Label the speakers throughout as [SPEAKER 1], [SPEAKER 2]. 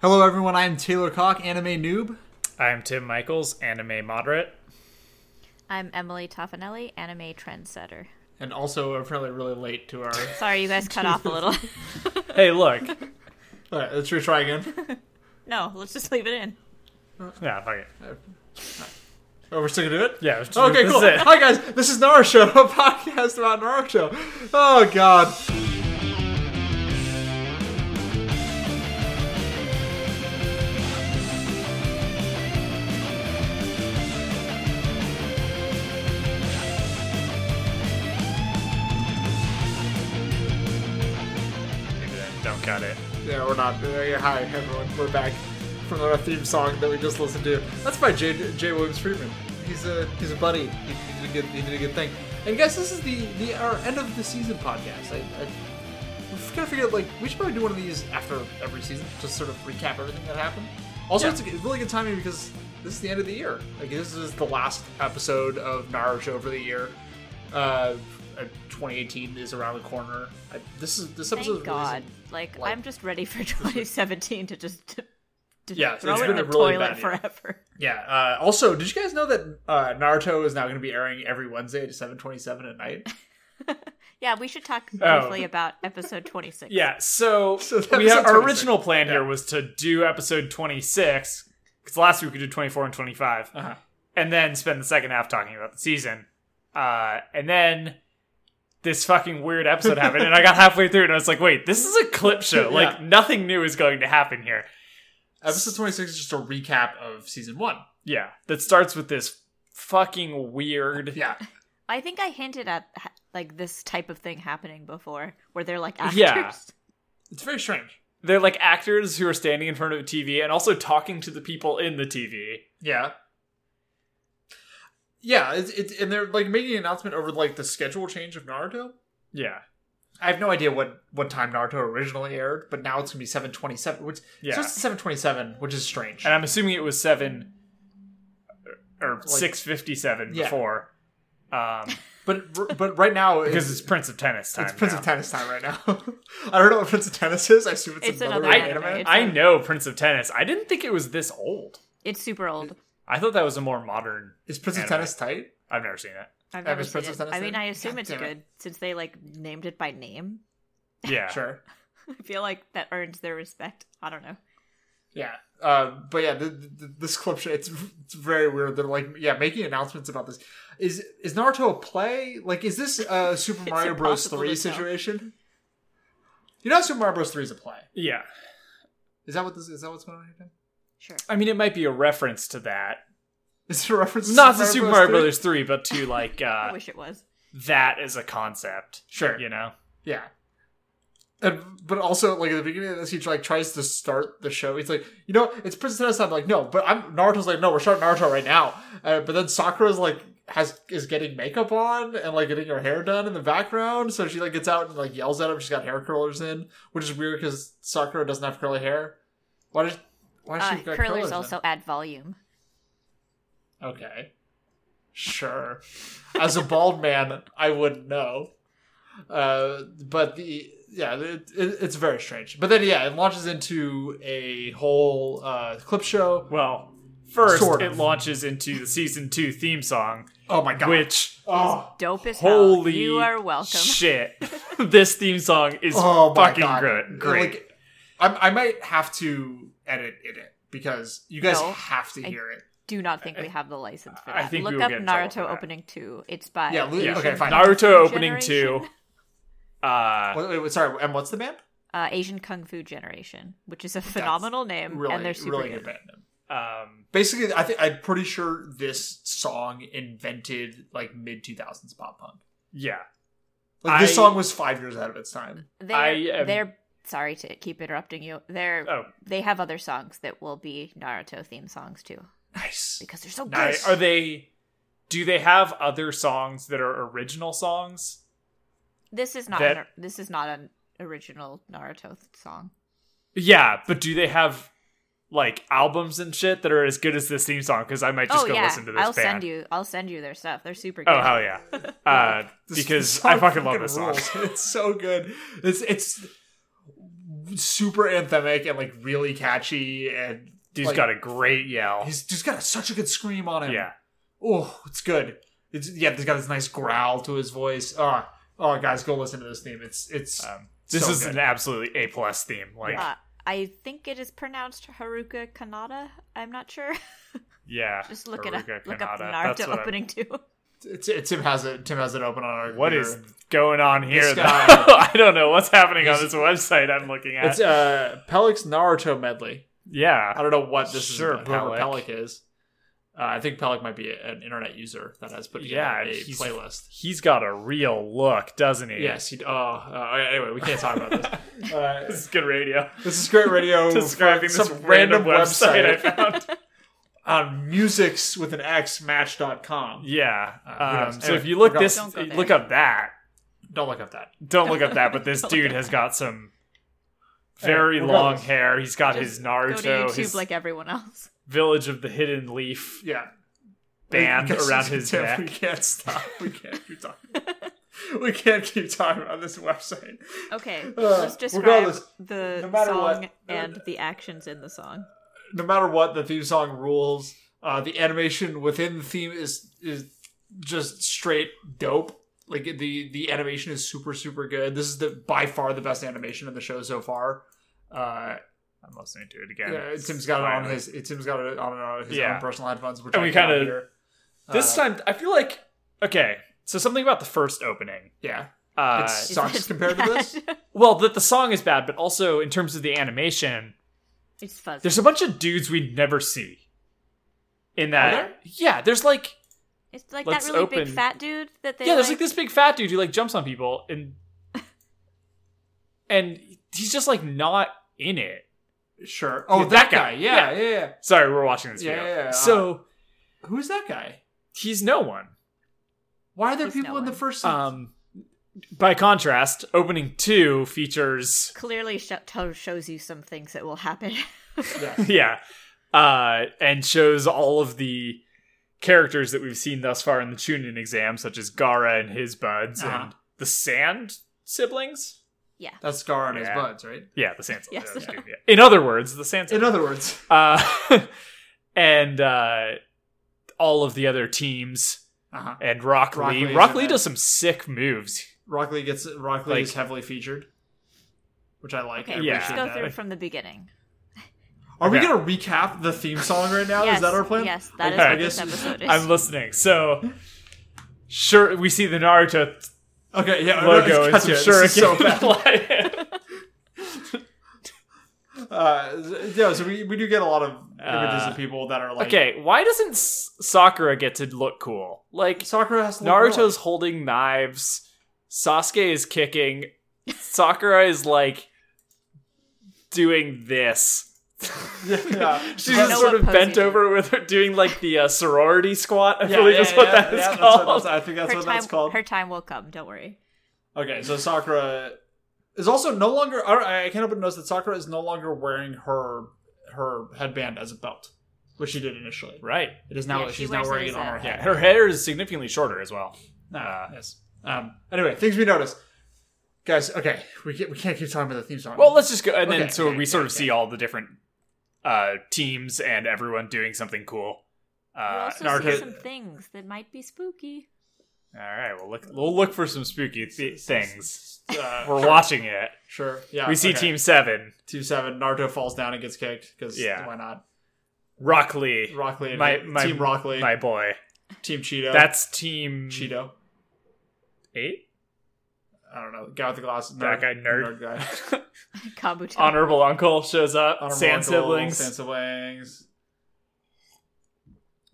[SPEAKER 1] Hello, everyone. I'm Taylor Cock, anime noob.
[SPEAKER 2] I'm Tim Michaels, anime moderate.
[SPEAKER 3] I'm Emily Toffanelli, anime trendsetter.
[SPEAKER 1] And also, apparently, really late to our.
[SPEAKER 3] Sorry, you guys cut off a little.
[SPEAKER 2] Hey, look.
[SPEAKER 1] All right, let's retry again.
[SPEAKER 3] no, let's just leave it in.
[SPEAKER 2] yeah, fuck it.
[SPEAKER 1] Oh, we're still gonna do it?
[SPEAKER 2] Yeah, it's-
[SPEAKER 1] Okay,
[SPEAKER 2] this
[SPEAKER 1] cool.
[SPEAKER 2] is it.
[SPEAKER 1] Hi, guys. This is Naruto, a podcast about Naruto. Oh, God.
[SPEAKER 2] Don't cut it.
[SPEAKER 1] Yeah, we're not. uh, Hi, everyone. We're back from the theme song that we just listened to. That's by J. J. Williams Friedman. He's a he's a buddy. He, he did a good he did a good thing. And guys, this is the the our end of the season podcast. I, I we've kind of figured like we should probably do one of these after every season, just sort of recap everything that happened. Also,
[SPEAKER 2] Yeah.
[SPEAKER 1] it's a good- really good timing because this is the end of the year. Like this is the last episode of Naruto for the year. Uh, 2018 is around the corner. I, this is this episode.
[SPEAKER 3] Thank God. Like,
[SPEAKER 1] like-
[SPEAKER 3] I'm just ready for 2017 to just to, to
[SPEAKER 1] Yeah,
[SPEAKER 3] throw
[SPEAKER 1] it's
[SPEAKER 3] it
[SPEAKER 1] been
[SPEAKER 3] in the
[SPEAKER 1] a really
[SPEAKER 3] toilet
[SPEAKER 1] bad year.
[SPEAKER 3] forever.
[SPEAKER 1] Yeah. Uh, also, did you guys know that uh, Naruto is now going to be airing every Wednesday at seven twenty-seven at night?
[SPEAKER 3] Yeah, we should talk
[SPEAKER 2] Oh.
[SPEAKER 3] briefly about episode 26.
[SPEAKER 2] Yeah, so,
[SPEAKER 1] So that
[SPEAKER 2] we
[SPEAKER 1] was
[SPEAKER 2] have, our
[SPEAKER 1] 26.
[SPEAKER 2] original plan
[SPEAKER 1] Yeah.
[SPEAKER 2] here was to do episode 26, because last week we could do 24 and 25,
[SPEAKER 1] Uh-huh.
[SPEAKER 2] and then spend the second half talking about the season. Uh, and then this fucking weird episode happened, and I got halfway through, and I was like, wait, this is a clip show.
[SPEAKER 1] Yeah.
[SPEAKER 2] Like, nothing new is going to happen here.
[SPEAKER 1] Episode twenty-six is just a recap of season one.
[SPEAKER 2] Yeah, that starts with this fucking weird.
[SPEAKER 1] Yeah.
[SPEAKER 3] I think I hinted at ha- like this type of thing happening before, where they're like actors.
[SPEAKER 2] Yeah.
[SPEAKER 1] It's very strange.
[SPEAKER 2] They're like actors who are standing in front of a TV and also talking to the people in the TV.
[SPEAKER 1] Yeah. Yeah, it's, it's and they're like making an announcement over like the schedule change of Naruto.
[SPEAKER 2] Yeah.
[SPEAKER 1] I have no idea what what time Naruto originally aired, but now it's gonna be seven twenty-seven, which
[SPEAKER 2] Yeah.
[SPEAKER 1] so it's seven twenty-seven, which is strange.
[SPEAKER 2] And I'm assuming it was er, 7 or
[SPEAKER 1] Like-
[SPEAKER 2] 657
[SPEAKER 1] Yeah.
[SPEAKER 2] before. Um
[SPEAKER 1] but but right now
[SPEAKER 2] because it's Prince of Tennis time.
[SPEAKER 1] it's Prince of
[SPEAKER 2] now.
[SPEAKER 1] Tennis time right now. I don't know what Prince of Tennis is. I assume it's,
[SPEAKER 3] It's
[SPEAKER 1] another,
[SPEAKER 3] another
[SPEAKER 1] anime.
[SPEAKER 3] anime. It's
[SPEAKER 2] I
[SPEAKER 3] like-
[SPEAKER 2] know Prince of Tennis. I didn't think it was this old.
[SPEAKER 3] It's super old.
[SPEAKER 2] I thought that was a more modern.
[SPEAKER 1] Is Prince of
[SPEAKER 2] anime.
[SPEAKER 1] Tennis tight?
[SPEAKER 2] I've never seen it.
[SPEAKER 3] I've
[SPEAKER 1] That
[SPEAKER 3] never
[SPEAKER 1] was
[SPEAKER 3] seen
[SPEAKER 1] Princess
[SPEAKER 3] it.
[SPEAKER 1] Tennis
[SPEAKER 3] I mean,
[SPEAKER 1] then?
[SPEAKER 3] I assume
[SPEAKER 1] God
[SPEAKER 3] it's
[SPEAKER 1] damn it.
[SPEAKER 3] good since they like named it by name.
[SPEAKER 2] Yeah.
[SPEAKER 1] Sure.
[SPEAKER 3] I feel like that earns their respect. I don't know.
[SPEAKER 1] Yeah. Um, but yeah, the, the, this clip show, it's, it's very weird. They're like, yeah, making announcements about this. Is is Naruto a play? Like, is this a Super
[SPEAKER 3] It's
[SPEAKER 1] Mario Bros.
[SPEAKER 3] impossible
[SPEAKER 1] 3
[SPEAKER 3] to tell.
[SPEAKER 1] situation? You know, Super Mario Bros. 3 is a play.
[SPEAKER 2] Yeah.
[SPEAKER 1] Is that what this is? That what's going on here? Tim?
[SPEAKER 3] Sure.
[SPEAKER 2] I mean, it might be a reference to that.
[SPEAKER 1] Is it a reference to
[SPEAKER 2] Not to Super Mario
[SPEAKER 1] 3?
[SPEAKER 2] Brothers 3, but to like
[SPEAKER 3] I
[SPEAKER 2] uh
[SPEAKER 3] wish it was.
[SPEAKER 2] that as a concept.
[SPEAKER 1] Sure.
[SPEAKER 2] You know?
[SPEAKER 1] Yeah. And, but also, like at the beginning of this, he like tries to start the show. He's like, you know, it's Princess Tennis time. Like, no, but I'm Naruto's like, no, we're starting Naruto right now. Uh, but then Sakura's like has is getting makeup on and like getting her hair done in the background. So she like gets out and like yells at him. She's got hair curlers in, which is weird because Sakura doesn't have curly hair. Why does why does
[SPEAKER 3] Uh,
[SPEAKER 1] she got curlers
[SPEAKER 3] curlers
[SPEAKER 1] in?
[SPEAKER 3] also add volume.
[SPEAKER 1] Okay. Sure. As a bald man, I wouldn't know. Uh, but the yeah, it, it, it's very strange. But then yeah, it launches into a whole uh, clip show.
[SPEAKER 2] Well, first
[SPEAKER 1] Sort of.
[SPEAKER 2] it launches into the season two theme song,
[SPEAKER 1] Oh my god!
[SPEAKER 2] which
[SPEAKER 1] oh,
[SPEAKER 3] Dope as
[SPEAKER 2] holy
[SPEAKER 3] hell. You are welcome.
[SPEAKER 2] shit, this theme song is
[SPEAKER 1] oh my
[SPEAKER 2] fucking
[SPEAKER 1] god!
[SPEAKER 2] gr- great.
[SPEAKER 1] Like, I, I might have to edit it in because you guys
[SPEAKER 3] No,
[SPEAKER 1] have to
[SPEAKER 3] I-
[SPEAKER 1] hear it.
[SPEAKER 3] Do not think we have the license for
[SPEAKER 2] I
[SPEAKER 3] that.
[SPEAKER 2] think we
[SPEAKER 3] Look
[SPEAKER 2] will
[SPEAKER 3] up
[SPEAKER 2] get in trouble for
[SPEAKER 3] Naruto
[SPEAKER 2] that.
[SPEAKER 3] opening two. It's by
[SPEAKER 1] Yeah, Lu-
[SPEAKER 2] Yeah.
[SPEAKER 1] okay, fine.
[SPEAKER 2] Naruto opening
[SPEAKER 3] Generation.
[SPEAKER 2] two. Uh,
[SPEAKER 1] Wait, wait, sorry, and what's the band?
[SPEAKER 3] uh, Asian Kung Fu Generation, which is a phenomenal name,
[SPEAKER 1] Really,
[SPEAKER 3] and they're super
[SPEAKER 1] really
[SPEAKER 3] good.
[SPEAKER 1] good band name.
[SPEAKER 2] um,
[SPEAKER 1] Basically, I think I'm pretty sure this song invented like mid 2000s pop punk.
[SPEAKER 2] yeah,
[SPEAKER 1] Like this
[SPEAKER 2] I-
[SPEAKER 1] song was five years out of its time.
[SPEAKER 3] They're,
[SPEAKER 2] I am-
[SPEAKER 3] they're sorry to keep interrupting you. They're
[SPEAKER 2] Oh.
[SPEAKER 3] they have other songs that will be Naruto theme songs too
[SPEAKER 1] Nice.
[SPEAKER 3] because they're so good.
[SPEAKER 2] I, are they? Do they have other songs that are original songs?
[SPEAKER 3] This is not
[SPEAKER 2] that-
[SPEAKER 3] an, this is not an original Naruto th- song.
[SPEAKER 2] Yeah, but do they have like albums and shit that are as good as this theme song? Because I might just
[SPEAKER 3] oh
[SPEAKER 2] go
[SPEAKER 3] yeah,
[SPEAKER 2] listen to this
[SPEAKER 3] I'll
[SPEAKER 2] band.
[SPEAKER 3] send you I'll send you their stuff. They're super good.
[SPEAKER 2] Oh hell yeah! Uh,
[SPEAKER 1] This
[SPEAKER 2] because
[SPEAKER 1] song
[SPEAKER 2] I fucking love this song.
[SPEAKER 1] rules. It's so good. It's it's super anthemic and like really catchy, and
[SPEAKER 2] Dude's
[SPEAKER 1] like,
[SPEAKER 2] got a great yell.
[SPEAKER 1] he's just got such a good scream on him.
[SPEAKER 2] Yeah.
[SPEAKER 1] Oh, it's good. It's yeah, he's got this nice growl to his voice. Oh, oh guys, go listen to this theme. It's it's
[SPEAKER 2] Um, this
[SPEAKER 1] So
[SPEAKER 2] is
[SPEAKER 1] good.
[SPEAKER 2] an absolutely A plus theme. Like, yeah.
[SPEAKER 3] Uh, I think it is pronounced Haruka Kanata. I'm not sure. Just look it up.
[SPEAKER 2] Haruka
[SPEAKER 3] Look up the
[SPEAKER 2] Kanata. That's
[SPEAKER 3] Naruto
[SPEAKER 2] what I'm-
[SPEAKER 3] opening too.
[SPEAKER 1] it's, it, Tim has it. Tim has it open on our.
[SPEAKER 2] What is going on here?
[SPEAKER 1] This
[SPEAKER 2] Though?
[SPEAKER 1] guy-
[SPEAKER 2] I don't know what's happening on
[SPEAKER 1] He's-
[SPEAKER 2] this website I'm looking at.
[SPEAKER 1] It's uh Pelic's Naruto medley. I
[SPEAKER 2] yeah.
[SPEAKER 1] don't know what this
[SPEAKER 2] Sure,
[SPEAKER 1] is. About, however,
[SPEAKER 2] Pelic.
[SPEAKER 1] Pelic is. Uh, I think Pelic might be a- an internet user that has put
[SPEAKER 2] Yeah,
[SPEAKER 1] together
[SPEAKER 2] and
[SPEAKER 1] a
[SPEAKER 2] he's-
[SPEAKER 1] playlist.
[SPEAKER 2] He's got a real look, doesn't he?
[SPEAKER 1] Yes. He, oh, uh, anyway, we can't talk about this.
[SPEAKER 2] This
[SPEAKER 1] Uh,
[SPEAKER 2] is good radio.
[SPEAKER 1] this is great radio.
[SPEAKER 2] Describing
[SPEAKER 1] for
[SPEAKER 2] this random, website, I found.
[SPEAKER 1] on musics with an X match.com.
[SPEAKER 2] yeah.
[SPEAKER 1] Uh, who
[SPEAKER 2] Um,
[SPEAKER 1] knows?
[SPEAKER 2] so if
[SPEAKER 1] Anyway,
[SPEAKER 2] you look
[SPEAKER 1] look up-
[SPEAKER 2] this,
[SPEAKER 3] Don't go there.
[SPEAKER 2] look up that.
[SPEAKER 1] Don't look up that.
[SPEAKER 2] Don't look up that. But this dude has got some very
[SPEAKER 1] Anyway,
[SPEAKER 2] long
[SPEAKER 1] regardless.
[SPEAKER 2] hair. He's got his
[SPEAKER 3] Just Go to
[SPEAKER 2] Naruto,
[SPEAKER 3] YouTube
[SPEAKER 2] his
[SPEAKER 3] like everyone else.
[SPEAKER 2] Village of the Hidden Leaf
[SPEAKER 1] Yeah.
[SPEAKER 2] band
[SPEAKER 1] Because
[SPEAKER 2] around his
[SPEAKER 1] Tim, We
[SPEAKER 2] neck.
[SPEAKER 1] can't stop. We can't keep talking. we can't keep talking on this website.
[SPEAKER 3] Okay,
[SPEAKER 1] Uh,
[SPEAKER 3] let's describe
[SPEAKER 1] regardless,
[SPEAKER 3] the
[SPEAKER 1] no matter
[SPEAKER 3] song
[SPEAKER 1] what, uh,
[SPEAKER 3] and the actions in the song.
[SPEAKER 1] No matter what, the theme song rules. Uh, the animation within the theme is is just straight dope. Like the the animation is super super good. This is the by far the best animation in the show so far. Uh,
[SPEAKER 2] I'm listening to it again.
[SPEAKER 1] yeah, Tim's got it on his Tim's got it on, on his
[SPEAKER 2] Yeah.
[SPEAKER 1] own personal headphones. Which
[SPEAKER 2] And
[SPEAKER 1] I
[SPEAKER 2] we
[SPEAKER 1] cannot
[SPEAKER 2] kinda-
[SPEAKER 1] hear.
[SPEAKER 2] This
[SPEAKER 1] Uh,
[SPEAKER 2] time, I feel like okay. So something about the first opening.
[SPEAKER 1] yeah,
[SPEAKER 2] Uh,
[SPEAKER 1] it sucks
[SPEAKER 3] It's
[SPEAKER 1] compared to this.
[SPEAKER 3] bad.
[SPEAKER 2] well, that the song is bad, but also in terms of the animation,
[SPEAKER 3] it's fuzzy.
[SPEAKER 2] there's a bunch of dudes we never see. In that,
[SPEAKER 1] Are there?
[SPEAKER 2] yeah, there's like
[SPEAKER 3] it's like that
[SPEAKER 2] let's
[SPEAKER 3] really big
[SPEAKER 2] open-
[SPEAKER 3] fat dude that they
[SPEAKER 2] yeah, there's like
[SPEAKER 3] like
[SPEAKER 2] this big fat dude who like jumps on people and and he's just like not in it.
[SPEAKER 1] Sure. Oh,
[SPEAKER 2] Yeah,
[SPEAKER 1] that guy. Yeah, yeah, yeah.
[SPEAKER 2] Sorry, we're watching this
[SPEAKER 1] Yeah, uh-huh.
[SPEAKER 2] video.
[SPEAKER 1] yeah, yeah.
[SPEAKER 2] So
[SPEAKER 1] Who's that guy?
[SPEAKER 2] he's no one.
[SPEAKER 1] Why are there
[SPEAKER 3] There's
[SPEAKER 1] people
[SPEAKER 3] no
[SPEAKER 1] in the
[SPEAKER 3] one.
[SPEAKER 1] first? season?
[SPEAKER 2] Um, by contrast, opening two features
[SPEAKER 3] clearly sh- to- shows you some things that will happen.
[SPEAKER 1] yeah.
[SPEAKER 2] yeah uh and shows all of the characters that we've seen thus far in the chunin exam such as gara and his buds
[SPEAKER 1] Uh-huh.
[SPEAKER 2] and the sand siblings
[SPEAKER 1] That's Scar on his
[SPEAKER 2] Yeah.
[SPEAKER 1] buds, right?
[SPEAKER 2] yeah the sand
[SPEAKER 3] Yes.
[SPEAKER 2] siblings yeah. in other words the sand
[SPEAKER 1] In
[SPEAKER 2] siblings.
[SPEAKER 1] other words,
[SPEAKER 2] uh and uh all of the other teams
[SPEAKER 1] uh-huh.
[SPEAKER 2] and rock,
[SPEAKER 1] Rock
[SPEAKER 2] lee
[SPEAKER 1] Lee's
[SPEAKER 2] rock
[SPEAKER 1] in
[SPEAKER 2] lee
[SPEAKER 1] it.
[SPEAKER 2] does some sick moves
[SPEAKER 1] Rock Lee gets Rock Lee
[SPEAKER 2] Like-
[SPEAKER 1] is heavily featured, which I like.
[SPEAKER 3] okay,
[SPEAKER 1] I
[SPEAKER 2] Yeah.
[SPEAKER 3] let's
[SPEAKER 1] appreciate
[SPEAKER 3] go
[SPEAKER 1] that.
[SPEAKER 3] through from the beginning.
[SPEAKER 1] Are we
[SPEAKER 2] Okay.
[SPEAKER 1] gonna recap the theme song right now?
[SPEAKER 3] yes,
[SPEAKER 1] is that our plan?
[SPEAKER 3] Yes, that is
[SPEAKER 2] Okay.
[SPEAKER 1] I
[SPEAKER 3] what this
[SPEAKER 1] guess-
[SPEAKER 3] episode is.
[SPEAKER 2] i'm listening so sure we see the naruto
[SPEAKER 1] Okay. Yeah.
[SPEAKER 2] logo
[SPEAKER 1] no,
[SPEAKER 2] and some
[SPEAKER 1] gotcha. This is so
[SPEAKER 2] shuriken
[SPEAKER 1] bad.
[SPEAKER 2] flying.
[SPEAKER 1] Uh, yeah. So we, we do get a lot of images
[SPEAKER 2] Uh,
[SPEAKER 1] of people that are like
[SPEAKER 2] Okay, why doesn't S- Sakura get to look cool? Like
[SPEAKER 1] Sakura has to look
[SPEAKER 2] Naruto's
[SPEAKER 1] real.
[SPEAKER 2] holding knives, Sasuke is kicking, Sakura is like doing this.
[SPEAKER 1] yeah.
[SPEAKER 2] She's
[SPEAKER 3] I
[SPEAKER 2] just
[SPEAKER 3] know
[SPEAKER 2] sort
[SPEAKER 3] what
[SPEAKER 2] of bent
[SPEAKER 3] pose you do.
[SPEAKER 2] over with her doing like the uh, sorority squat. I
[SPEAKER 1] Yeah,
[SPEAKER 2] believe
[SPEAKER 1] yeah,
[SPEAKER 2] is what
[SPEAKER 1] yeah,
[SPEAKER 2] that is
[SPEAKER 1] yeah, that's what-
[SPEAKER 2] called.
[SPEAKER 1] that's- I think that's
[SPEAKER 3] her
[SPEAKER 1] what
[SPEAKER 3] time,
[SPEAKER 1] that's called.
[SPEAKER 3] her time will come. Don't worry.
[SPEAKER 1] Okay, so Sakura is also no longer. I I can't help but notice that Sakura is no longer wearing her her headband as a belt, which she did initially.
[SPEAKER 2] right.
[SPEAKER 1] It is now
[SPEAKER 3] Yeah, she
[SPEAKER 1] she's now
[SPEAKER 3] wears uh, it
[SPEAKER 1] wearing it
[SPEAKER 3] as
[SPEAKER 1] on
[SPEAKER 3] a-
[SPEAKER 1] her head.
[SPEAKER 2] Yeah, her hair is significantly shorter as well.
[SPEAKER 1] Ah, yes. Um, anyway, things we notice, guys. Okay, we can't, we can't keep talking about the theme song.
[SPEAKER 2] Well, let's just go and then
[SPEAKER 1] Okay,
[SPEAKER 2] so
[SPEAKER 1] okay,
[SPEAKER 2] we sort of
[SPEAKER 1] okay,
[SPEAKER 2] see all the different uh, teams and everyone doing something cool.
[SPEAKER 3] You
[SPEAKER 2] Uh,
[SPEAKER 3] also
[SPEAKER 1] Naruto-
[SPEAKER 3] see some things that might be spooky.
[SPEAKER 2] All right, we'll look. We'll look for some spooky th- things.
[SPEAKER 1] Uh,
[SPEAKER 2] We're watching it.
[SPEAKER 1] sure. Yeah,
[SPEAKER 2] We see
[SPEAKER 1] okay.
[SPEAKER 2] Team Seven,
[SPEAKER 1] Team Seven. Naruto falls down and gets kicked because
[SPEAKER 2] Yeah.
[SPEAKER 1] why not?
[SPEAKER 2] Rock Lee,
[SPEAKER 1] Rock Lee, and-
[SPEAKER 2] My- my-
[SPEAKER 1] Team Rock Lee,
[SPEAKER 2] my boy.
[SPEAKER 1] Team Cheeto.
[SPEAKER 2] That's Team
[SPEAKER 1] Cheeto.
[SPEAKER 2] Eight.
[SPEAKER 1] I don't know. Guy with the glasses.
[SPEAKER 2] That guy,
[SPEAKER 1] nerd
[SPEAKER 2] nerd.
[SPEAKER 1] guy.
[SPEAKER 3] Kabuto.
[SPEAKER 2] Honorable Uncle shows up.
[SPEAKER 1] Honorable
[SPEAKER 2] Sand
[SPEAKER 1] Uncle,
[SPEAKER 2] siblings.
[SPEAKER 1] Sand siblings.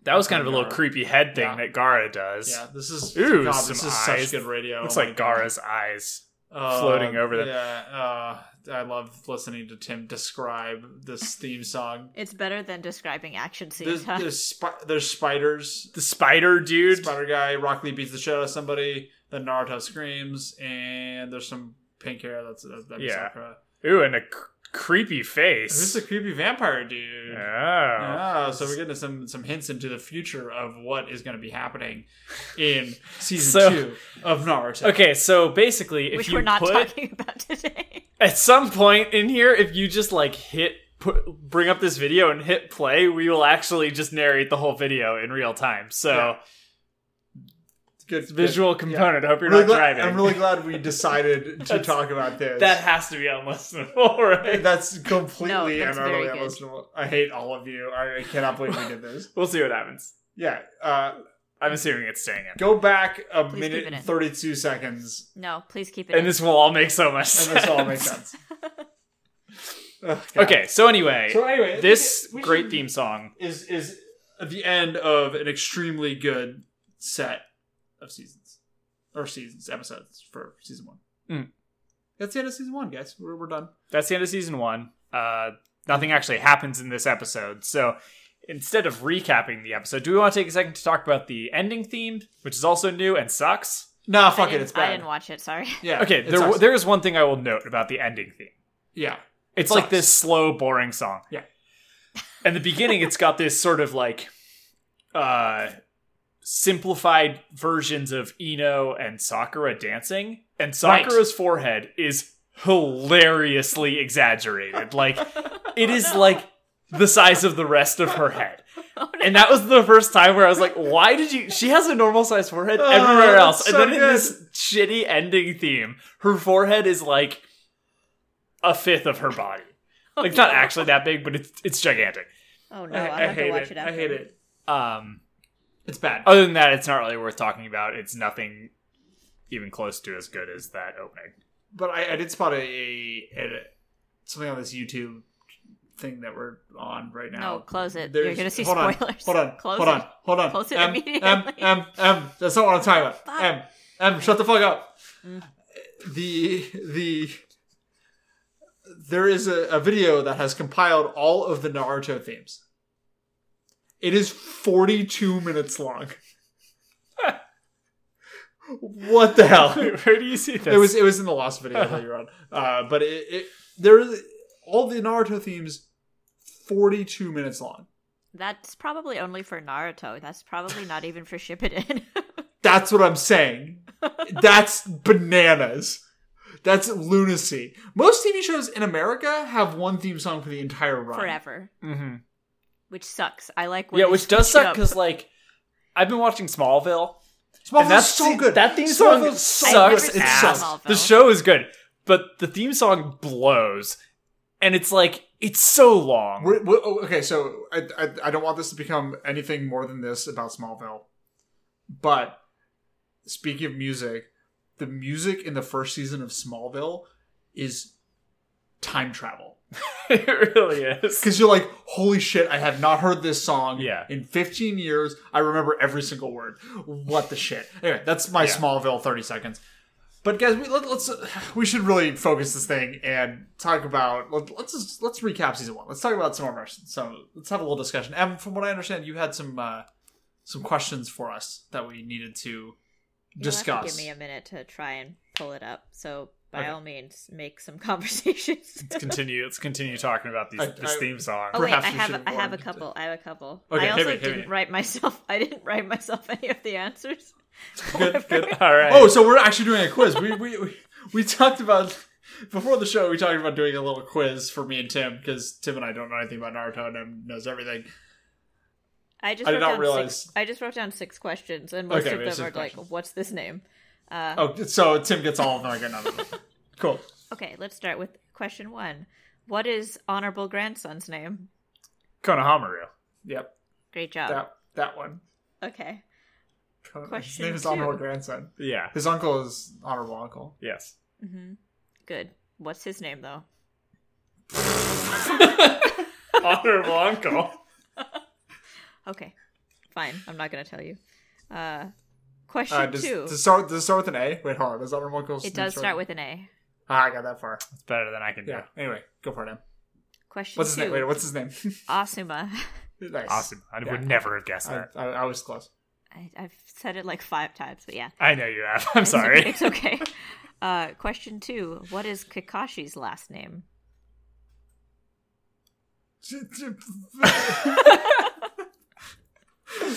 [SPEAKER 2] That was kind of a little
[SPEAKER 1] Gara.
[SPEAKER 2] creepy head thing
[SPEAKER 1] Yeah.
[SPEAKER 2] that Gara does.
[SPEAKER 1] Yeah, this is
[SPEAKER 2] Ooh,
[SPEAKER 1] God,
[SPEAKER 2] some
[SPEAKER 1] this is
[SPEAKER 2] eyes.
[SPEAKER 1] such good radio.
[SPEAKER 2] Looks
[SPEAKER 1] Oh my
[SPEAKER 2] like Gara's eyes.
[SPEAKER 1] God. Uh,
[SPEAKER 2] floating over them.
[SPEAKER 1] Yeah, uh, I love listening to Tim describe this theme song.
[SPEAKER 3] It's better than describing action scenes.
[SPEAKER 1] There's
[SPEAKER 3] Huh?
[SPEAKER 1] there's, spi- there's spiders.
[SPEAKER 2] The spider dude.
[SPEAKER 1] Spider guy, Rock Lee beats the shit out of somebody. Then Naruto screams, and there's some pink hair. That's that, that'd be
[SPEAKER 2] Yeah.
[SPEAKER 1] Sakura.
[SPEAKER 2] Ooh, and a c- creepy
[SPEAKER 1] Who's
[SPEAKER 2] face.
[SPEAKER 1] the creepy vampire dude?
[SPEAKER 2] Oh.
[SPEAKER 1] Ah, so we're getting some some hints into the future of what is going to be happening in season
[SPEAKER 2] So-
[SPEAKER 1] two of Naruto.
[SPEAKER 2] Okay, so basically, if
[SPEAKER 3] which
[SPEAKER 2] you
[SPEAKER 3] we're not
[SPEAKER 2] put
[SPEAKER 3] talking about today.
[SPEAKER 2] At some point in here, if you just like hit put, bring up this video and hit play, we will actually just narrate the whole video in real time. So
[SPEAKER 1] Yeah. Good
[SPEAKER 2] it's a visual component. I hope you're
[SPEAKER 1] Really
[SPEAKER 2] not
[SPEAKER 1] glad-
[SPEAKER 2] driving.
[SPEAKER 1] I'm really glad we decided to
[SPEAKER 2] That's-
[SPEAKER 1] talk about this.
[SPEAKER 2] that has to be unlistenable, right?
[SPEAKER 1] that's completely
[SPEAKER 3] No,
[SPEAKER 1] and
[SPEAKER 3] that's
[SPEAKER 1] utterly
[SPEAKER 3] very good.
[SPEAKER 1] unlistenable. I hate all of you. I, I cannot believe we did this.
[SPEAKER 2] We'll see what happens.
[SPEAKER 1] Yeah. Uh,
[SPEAKER 2] I'm assuming it's staying in.
[SPEAKER 1] go back a
[SPEAKER 3] Please keep
[SPEAKER 1] minute
[SPEAKER 3] it
[SPEAKER 1] and
[SPEAKER 3] in.
[SPEAKER 1] 32 seconds,
[SPEAKER 3] No, please keep it.
[SPEAKER 2] And
[SPEAKER 3] in.
[SPEAKER 2] this will all make so much
[SPEAKER 1] and
[SPEAKER 2] sense.
[SPEAKER 1] this all makes sense. Ugh, God.
[SPEAKER 2] Okay, so anyway,
[SPEAKER 1] So anyway, I think
[SPEAKER 2] this
[SPEAKER 1] we should-
[SPEAKER 2] great theme song.
[SPEAKER 1] is is the end of an extremely good set of seasons or seasons episodes for season one.
[SPEAKER 2] Mm.
[SPEAKER 1] That's the end of season one, guys. We're, we're done.
[SPEAKER 2] That's the end of season one. Uh, nothing actually happens in this episode. So instead of recapping the episode, do we want to take a second to talk about the ending theme, which is also new and sucks?
[SPEAKER 1] Nah,
[SPEAKER 3] I
[SPEAKER 1] fuck it.
[SPEAKER 3] didn't-
[SPEAKER 1] It's bad.
[SPEAKER 3] I didn't watch it. Sorry.
[SPEAKER 1] Yeah.
[SPEAKER 2] Okay,
[SPEAKER 1] it
[SPEAKER 2] there,
[SPEAKER 1] sucks.
[SPEAKER 2] there is one thing I will note about the ending theme.
[SPEAKER 1] yeah.
[SPEAKER 2] It's
[SPEAKER 1] It
[SPEAKER 2] like
[SPEAKER 1] sucks.
[SPEAKER 2] this slow, boring song.
[SPEAKER 1] Yeah.
[SPEAKER 2] And the beginning, it's got this sort of like uh simplified versions of Eno and Sakura dancing. And
[SPEAKER 1] Right.
[SPEAKER 2] Sakura's forehead is hilariously exaggerated. Like it is like the size of the rest of her head.
[SPEAKER 3] Oh, no.
[SPEAKER 2] And that was the first time where I was like, why did you she has a normal sized forehead
[SPEAKER 1] Oh,
[SPEAKER 2] everywhere
[SPEAKER 1] that's
[SPEAKER 2] else.
[SPEAKER 1] so
[SPEAKER 2] and then in
[SPEAKER 1] good.
[SPEAKER 2] this shitty ending theme, her forehead is like a fifth of her body. Like it's not actually that big, but it's it's gigantic.
[SPEAKER 3] Oh no,
[SPEAKER 1] I,
[SPEAKER 3] I'll
[SPEAKER 1] I
[SPEAKER 3] have
[SPEAKER 1] hate
[SPEAKER 3] to watch it.
[SPEAKER 1] it.
[SPEAKER 3] after.
[SPEAKER 1] I hate it.
[SPEAKER 2] Um
[SPEAKER 1] It's bad.
[SPEAKER 2] other than that, it's not really worth talking about. It's nothing even close to as good as that opening.
[SPEAKER 1] But I, I did spot a, a, a- something on this YouTube thing that we're on right now.
[SPEAKER 3] No, close it. You're
[SPEAKER 1] There's-
[SPEAKER 3] gonna see
[SPEAKER 1] hold on,
[SPEAKER 3] spoilers.
[SPEAKER 1] hold on.
[SPEAKER 3] Close
[SPEAKER 1] hold
[SPEAKER 3] it.
[SPEAKER 1] on. Hold on.
[SPEAKER 3] Close it
[SPEAKER 1] M,
[SPEAKER 3] immediately.
[SPEAKER 1] M, M, M. That's not what I'm talking about.
[SPEAKER 3] Fuck. Mm.
[SPEAKER 1] M. M. Shut the fuck up. The the there is a, a video that has compiled all of the Naruto themes. It is 42 minutes long. what the hell?
[SPEAKER 2] Where do you see this?
[SPEAKER 1] It was it was in the lost video later on. Uh, but it, it there is all the Naruto themes 42 minutes long.
[SPEAKER 3] That's probably only for Naruto. That's probably not even for Shippuden.
[SPEAKER 1] That's what I'm saying. That's bananas. That's lunacy. Most TV shows in America have one theme song for the entire run.
[SPEAKER 3] Forever,
[SPEAKER 2] Mhm.
[SPEAKER 3] which sucks. I like when
[SPEAKER 2] Yeah,
[SPEAKER 3] they
[SPEAKER 2] which does
[SPEAKER 3] switch
[SPEAKER 2] suck
[SPEAKER 3] it up.
[SPEAKER 2] because like I've been watching Smallville.
[SPEAKER 1] Smallville's
[SPEAKER 2] and that's
[SPEAKER 1] so good.
[SPEAKER 2] That theme song
[SPEAKER 1] Smallville's so
[SPEAKER 3] I've
[SPEAKER 2] sucks.
[SPEAKER 3] never
[SPEAKER 2] It
[SPEAKER 3] seen
[SPEAKER 2] sucks.
[SPEAKER 3] Smallville.
[SPEAKER 2] The show is good, but the theme song blows, and it's like it's so long.
[SPEAKER 1] We're- we're- oh, okay, so I, I I don't want this to become anything more than this about Smallville. But speaking of music, the music in the first season of Smallville is time travel.
[SPEAKER 2] it really is.
[SPEAKER 1] Because you're like, holy shit, I have not heard this song
[SPEAKER 2] Yeah.
[SPEAKER 1] in 15 years. I remember every single word. What the shit? Anyway, that's my
[SPEAKER 2] Yeah.
[SPEAKER 1] Smallville 30 seconds. But guys, we, let, let's we should really focus this thing and talk about let, let's just, let's recap season one. Let's talk about some of our so let's have a little discussion. Em, from what I understand, you had some uh, some questions for us that we needed to
[SPEAKER 3] You'll have to
[SPEAKER 1] discuss.
[SPEAKER 3] give me a minute to try and pull it up. So by
[SPEAKER 1] Okay.
[SPEAKER 3] all means, make some conversations.
[SPEAKER 2] Let's continue. Let's continue talking about these,
[SPEAKER 1] I-
[SPEAKER 2] this
[SPEAKER 1] I-
[SPEAKER 2] theme song.
[SPEAKER 3] Oh
[SPEAKER 1] Perhaps
[SPEAKER 3] wait, I
[SPEAKER 1] we
[SPEAKER 3] have
[SPEAKER 1] should
[SPEAKER 3] a- I have a
[SPEAKER 1] warn-
[SPEAKER 3] couple. I have a couple.
[SPEAKER 1] Okay, hit
[SPEAKER 3] I also
[SPEAKER 1] me, hit me.
[SPEAKER 3] didn't write myself. I didn't write myself any of the answers.
[SPEAKER 1] Good, good.
[SPEAKER 2] All right.
[SPEAKER 1] Oh, so we're actually doing a quiz. We we we, we talked about before the show. We talked about doing a little quiz for me and Tim because Tim and I don't know anything about Naruto and Em knows everything.
[SPEAKER 3] I just
[SPEAKER 1] I did
[SPEAKER 3] wrote
[SPEAKER 1] not
[SPEAKER 3] down
[SPEAKER 1] realize-
[SPEAKER 3] Six, I just wrote down six questions, and most
[SPEAKER 1] Okay, we
[SPEAKER 3] of
[SPEAKER 1] have
[SPEAKER 3] them are
[SPEAKER 1] six
[SPEAKER 3] like,
[SPEAKER 1] questions.
[SPEAKER 3] "What's this name?"
[SPEAKER 1] Oh, so Tim gets all of them. I get none of them. Cool.
[SPEAKER 3] Okay, let's start with question one. What is honorable grandson's name?
[SPEAKER 2] Konohamaru.
[SPEAKER 1] Yep.
[SPEAKER 3] Great job.
[SPEAKER 1] That that one.
[SPEAKER 3] Okay.
[SPEAKER 1] His
[SPEAKER 3] Question
[SPEAKER 1] name is
[SPEAKER 3] two.
[SPEAKER 1] honorable grandson.
[SPEAKER 2] Yeah.
[SPEAKER 1] His uncle is honorable uncle.
[SPEAKER 2] Yes.
[SPEAKER 3] hmm Good. What's his name though?
[SPEAKER 2] Honorable uncle.
[SPEAKER 3] Okay. Fine. I'm not gonna tell you. Uh, question
[SPEAKER 1] Uh, does,
[SPEAKER 3] two.
[SPEAKER 1] does it start does it start with an A? Wait, hold on. Does honorable uncle?
[SPEAKER 3] it does start with an A.
[SPEAKER 1] Ah, I got that far.
[SPEAKER 2] It's better than I can do.
[SPEAKER 1] Yeah. Anyway, go for it. Em.
[SPEAKER 3] Question
[SPEAKER 1] What's his
[SPEAKER 3] two.
[SPEAKER 1] name? Wait, what's his name?
[SPEAKER 3] Asuma.
[SPEAKER 1] nice.
[SPEAKER 2] Awesome. I
[SPEAKER 1] Yeah.
[SPEAKER 2] would never have guessed
[SPEAKER 1] I,
[SPEAKER 2] that.
[SPEAKER 1] I, I was close.
[SPEAKER 3] I, I've said it like five times, but yeah.
[SPEAKER 2] I know you have. I'm
[SPEAKER 3] It's
[SPEAKER 2] sorry.
[SPEAKER 3] okay- It's okay. Uh, question two. What is Kakashi's last name?